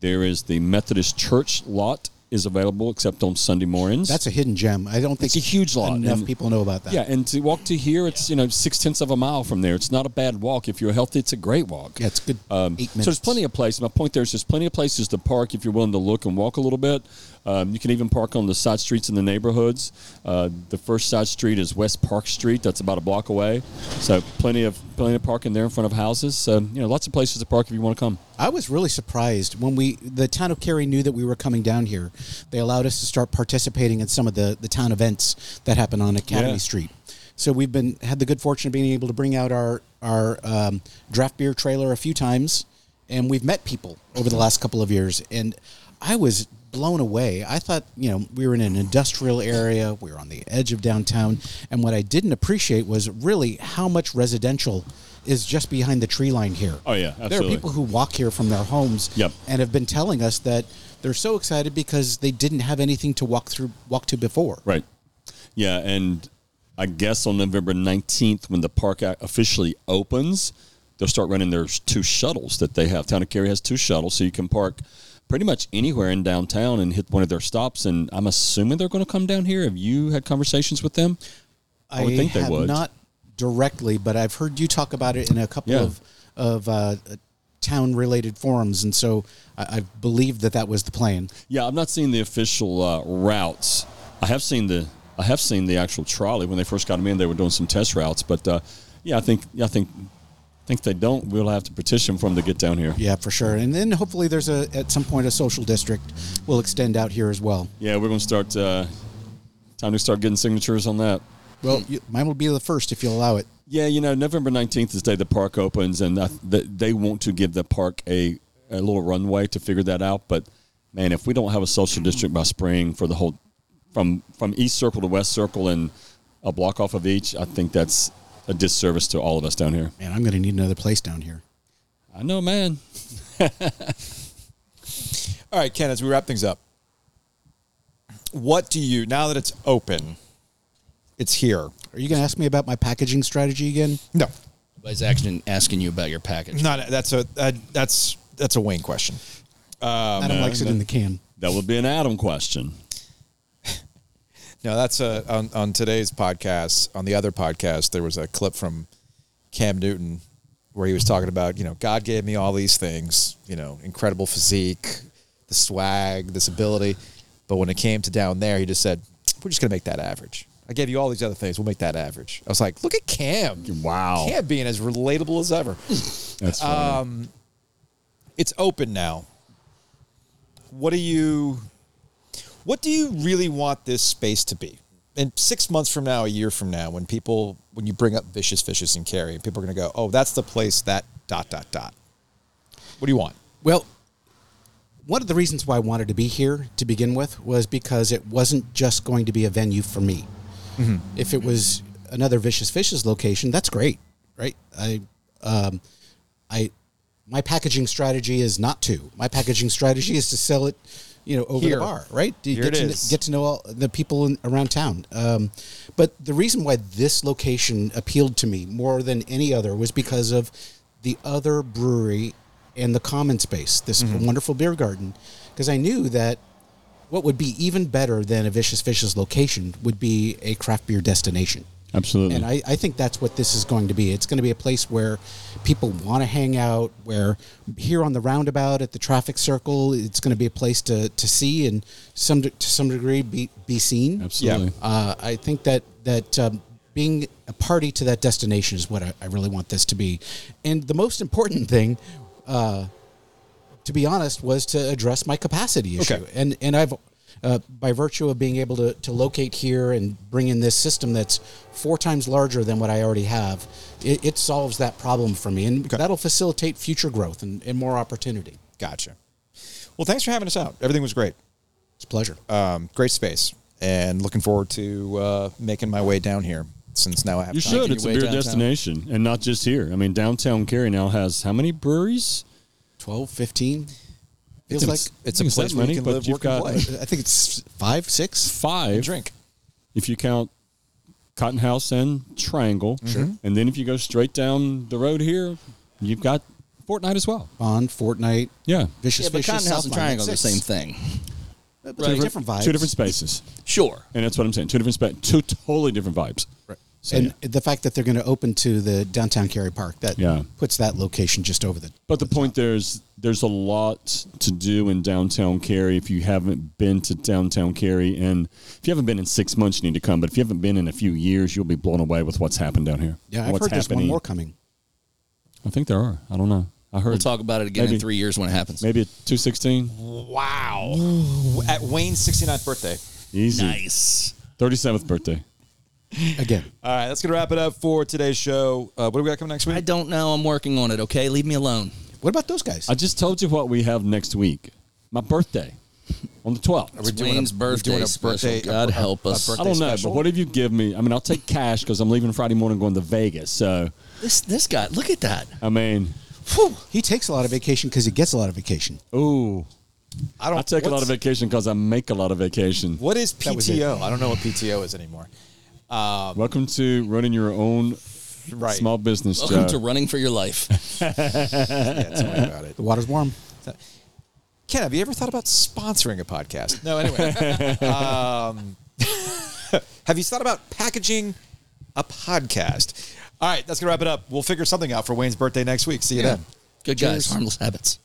[SPEAKER 4] There is the Methodist church lot is available except on Sunday mornings.
[SPEAKER 3] That's a hidden gem. I don't
[SPEAKER 4] It's
[SPEAKER 3] think
[SPEAKER 4] a huge lot,
[SPEAKER 3] Enough
[SPEAKER 4] and-
[SPEAKER 3] people know about that.
[SPEAKER 4] yeah, and to walk to here, it's you know six tenths of a mile from there. It's not a bad walk if you're healthy. It's a great walk.
[SPEAKER 3] Yeah, it's a good eight
[SPEAKER 4] Um, So there's
[SPEAKER 3] minutes.
[SPEAKER 4] plenty of places. My point there is there's plenty of places to park if you're willing to look and walk a little bit. Um, you can even park on the side streets in the neighborhoods. Uh, the first side street is West Park Street. That's about a block away. So plenty of plenty of parking there in front of houses. So you know lots of places to park if you want to come.
[SPEAKER 3] I was really surprised when we the town of Cary knew that we were coming down here. They allowed us to start participating in some of the the town events that happen on Academy
[SPEAKER 4] Yeah.
[SPEAKER 3] Street. So we've been had the good fortune of being able to bring out our our um, draft beer trailer a few times, and we've met people over the last couple of years. And I was blown away. I thought you know we were in an industrial area, we were on the edge of downtown, and what I didn't appreciate was really how much residential is just behind the tree line here.
[SPEAKER 4] Oh, yeah,
[SPEAKER 3] there are
[SPEAKER 4] absolutely.
[SPEAKER 3] people who walk here from their homes
[SPEAKER 4] Yep.
[SPEAKER 3] and have been telling us that they're so excited because they didn't have anything to walk through walk to before.
[SPEAKER 4] Right. Yeah, and I guess on November 19th, when the park a- officially opens, they'll start running their s- two shuttles that they have. Town of Cary has two shuttles, so you can park pretty much anywhere in downtown and hit one of their stops. And I'm assuming they're going to come down here. Have you had conversations with them? I would think they
[SPEAKER 3] have
[SPEAKER 4] would.
[SPEAKER 3] Not directly, but I've heard you talk about it in a couple
[SPEAKER 4] Yeah.
[SPEAKER 3] of of uh, town related forums, and so I, I believe that that was the plan.
[SPEAKER 4] Yeah, I've not seen the official uh, routes. I have seen the I have seen the actual trolley when they first got them in. They were doing some test routes, but uh, yeah, I think yeah, I think I think they don't. We'll have to petition for them to get down here.
[SPEAKER 3] Yeah, for sure. And then hopefully there's a at some point a social district will extend out here as well.
[SPEAKER 4] Yeah, we're going to start. Uh, time to start getting signatures on that.
[SPEAKER 3] Well, you, mine will be the first if you'll allow it.
[SPEAKER 4] Yeah, you know, November nineteenth is the day the park opens, and I, th they want to give the park a a little runway to figure that out. But man, if we don't have a social district by spring for the whole from from East Circle to West Circle and a block off of each, I think that's a disservice to all of us down here.
[SPEAKER 3] Man, I'm going to need another place down here.
[SPEAKER 4] I know, man.
[SPEAKER 2] All right, Ken, as we wrap things up, what do you, now that it's open, it's here?
[SPEAKER 3] Are you going to ask me about my packaging strategy again?
[SPEAKER 2] No,
[SPEAKER 5] Is actually asking you about your package.
[SPEAKER 2] not that's a uh, that's that's a Wayne question.
[SPEAKER 4] Oh,
[SPEAKER 3] Adam likes it in the can.
[SPEAKER 4] That would be an Adam question.
[SPEAKER 2] No, that's a on, on today's podcast. On the other podcast, there was a clip from Cam Newton where he was talking about you know God gave me all these things, you know, incredible physique, the swag, this ability, but when it came to down there, he just said, "We're just gonna make that average." I gave you all these other things. We'll make that average. I was like, "Look at Cam!
[SPEAKER 4] Wow.
[SPEAKER 2] Cam being as relatable as ever."
[SPEAKER 4] That's funny.
[SPEAKER 2] it's open now. What do you What do you really want this space to be? And six months from now, a year from now, when people, when you bring up Vicious Fishes and Carrie, people are going to go, oh, that's the place that dot, dot, dot. What do you want?
[SPEAKER 3] Well, one of the reasons why I wanted to be here to begin with was because it wasn't just going to be a venue for me. If it was another Vicious Fishes location, that's great, right? I, um, I, my packaging strategy is not to. My packaging strategy is to sell it, you know, over
[SPEAKER 2] Here.
[SPEAKER 3] the bar, right? To
[SPEAKER 2] Here
[SPEAKER 3] get
[SPEAKER 2] it
[SPEAKER 3] to,
[SPEAKER 2] is.
[SPEAKER 3] Get to know all the people in, around town. Um, but the reason why this location appealed to me more than any other was because of the other brewery and the common space, this
[SPEAKER 2] Mm-hmm.
[SPEAKER 3] wonderful beer garden. Because I knew that what would be even better than a Vicious Fishes location would be a craft beer destination.
[SPEAKER 4] Absolutely.
[SPEAKER 3] And I, I think that's what this is going to be. It's going to be a place where people want to hang out, where here on the roundabout at the traffic circle, it's going to be a place to, to see and some de- to some degree be, be seen.
[SPEAKER 4] Absolutely.
[SPEAKER 3] Uh, I think that that um, being a party to that destination is what I, I really want this to be. And the most important thing, uh, to be honest, was to address my capacity issue.
[SPEAKER 2] Okay.
[SPEAKER 3] And and I've uh, by virtue of being able to, to locate here and bring in this system that's four times larger than what I already have, it, it solves that problem for me, and that'll facilitate future growth and, and more opportunity.
[SPEAKER 2] Gotcha. Well, thanks for having us out. Everything was great.
[SPEAKER 3] It's a pleasure.
[SPEAKER 4] Uh,
[SPEAKER 2] Um, great space. And looking forward to uh, making my way down here since now I have
[SPEAKER 4] You
[SPEAKER 2] time.
[SPEAKER 4] should.
[SPEAKER 2] Making
[SPEAKER 4] It's a
[SPEAKER 2] your
[SPEAKER 4] beer
[SPEAKER 2] way downtown.
[SPEAKER 4] destination, and not just here. I mean, downtown Cary now has how many breweries?
[SPEAKER 3] 12, 15, feels
[SPEAKER 4] It's-
[SPEAKER 3] like
[SPEAKER 2] It's a
[SPEAKER 4] It's
[SPEAKER 2] place
[SPEAKER 4] that
[SPEAKER 2] where
[SPEAKER 4] many,
[SPEAKER 2] you can
[SPEAKER 4] but
[SPEAKER 2] live,
[SPEAKER 4] you've
[SPEAKER 2] work, and
[SPEAKER 4] got-
[SPEAKER 2] play.
[SPEAKER 3] I think it's five, six.
[SPEAKER 4] Five,
[SPEAKER 2] Drink.
[SPEAKER 4] if you count Cotton House and Triangle.
[SPEAKER 3] Mm-hmm.
[SPEAKER 4] Sure. And then if you go straight down the road here, you've got Fortnite as well.
[SPEAKER 3] Bond, Fortnite,
[SPEAKER 4] Yeah,
[SPEAKER 3] Vicious
[SPEAKER 5] Yeah, but
[SPEAKER 3] Vicious,
[SPEAKER 5] Cotton House and
[SPEAKER 3] Southline,
[SPEAKER 5] Triangle are the
[SPEAKER 3] six.
[SPEAKER 5] same thing.
[SPEAKER 3] But they're different vibes.
[SPEAKER 4] two different spaces,
[SPEAKER 5] Sure.
[SPEAKER 4] and that's what I'm saying. Two different spa- two totally different vibes. Right. So,
[SPEAKER 3] and
[SPEAKER 4] yeah.
[SPEAKER 3] the fact that they're going to open to the downtown Cary Park that
[SPEAKER 4] Yeah.
[SPEAKER 3] puts that location just over the.
[SPEAKER 4] But the point there's there's a lot to do in downtown Cary. If you haven't been to downtown Cary, and if you haven't been in six months, you need to come. But if you haven't been in a few years, you'll be blown away with what's happened down here.
[SPEAKER 3] Yeah, I've
[SPEAKER 4] what's
[SPEAKER 3] heard there's one more coming.
[SPEAKER 4] I think there are. I don't know. I heard.
[SPEAKER 5] We'll talk about it again
[SPEAKER 4] Maybe.
[SPEAKER 5] in three years when it happens.
[SPEAKER 4] Maybe at two sixteen.
[SPEAKER 2] At Wayne's 69th birthday.
[SPEAKER 4] Easy.
[SPEAKER 5] Nice.
[SPEAKER 4] Thirty seventh birthday.
[SPEAKER 3] Again,
[SPEAKER 2] All right, that's going to wrap it up for today's show. Uh, what do we got coming next week?
[SPEAKER 5] I don't know. I'm working on it. Okay, leave me alone.
[SPEAKER 3] what about those guys?
[SPEAKER 4] I just told you what we have next week. My birthday on the twelfth.
[SPEAKER 5] It's Wayne's birthday
[SPEAKER 2] doing a
[SPEAKER 5] special.
[SPEAKER 2] birthday-
[SPEAKER 5] God
[SPEAKER 2] a- a-
[SPEAKER 5] help us.
[SPEAKER 2] a birthday-
[SPEAKER 4] I don't know,
[SPEAKER 2] special?
[SPEAKER 4] but whatever you give me, I mean, I'll take cash because I'm leaving Friday morning going to Vegas. So,
[SPEAKER 5] This this guy. Look at that.
[SPEAKER 4] I mean,
[SPEAKER 3] he takes a lot of vacation because he gets a lot of vacation.
[SPEAKER 4] ooh,
[SPEAKER 2] I don't.
[SPEAKER 4] I take a lot
[SPEAKER 2] what's-
[SPEAKER 4] of vacation because I make a lot of vacation.
[SPEAKER 2] What is
[SPEAKER 3] was it.
[SPEAKER 2] PTO? I don't know what PTO is anymore.
[SPEAKER 4] Welcome to running your own
[SPEAKER 2] Right.
[SPEAKER 4] small business.
[SPEAKER 5] Welcome
[SPEAKER 4] Joe.
[SPEAKER 5] to running for your life.
[SPEAKER 2] Yeah, tell me about it.
[SPEAKER 3] The water's warm.
[SPEAKER 2] Ken, have you ever thought about sponsoring a podcast? No. Anyway, um, have you thought about packaging a podcast? All right, that's going to wrap it up. We'll figure something out for Wayne's birthday next week. See you then.
[SPEAKER 5] Good guys, harmless habits.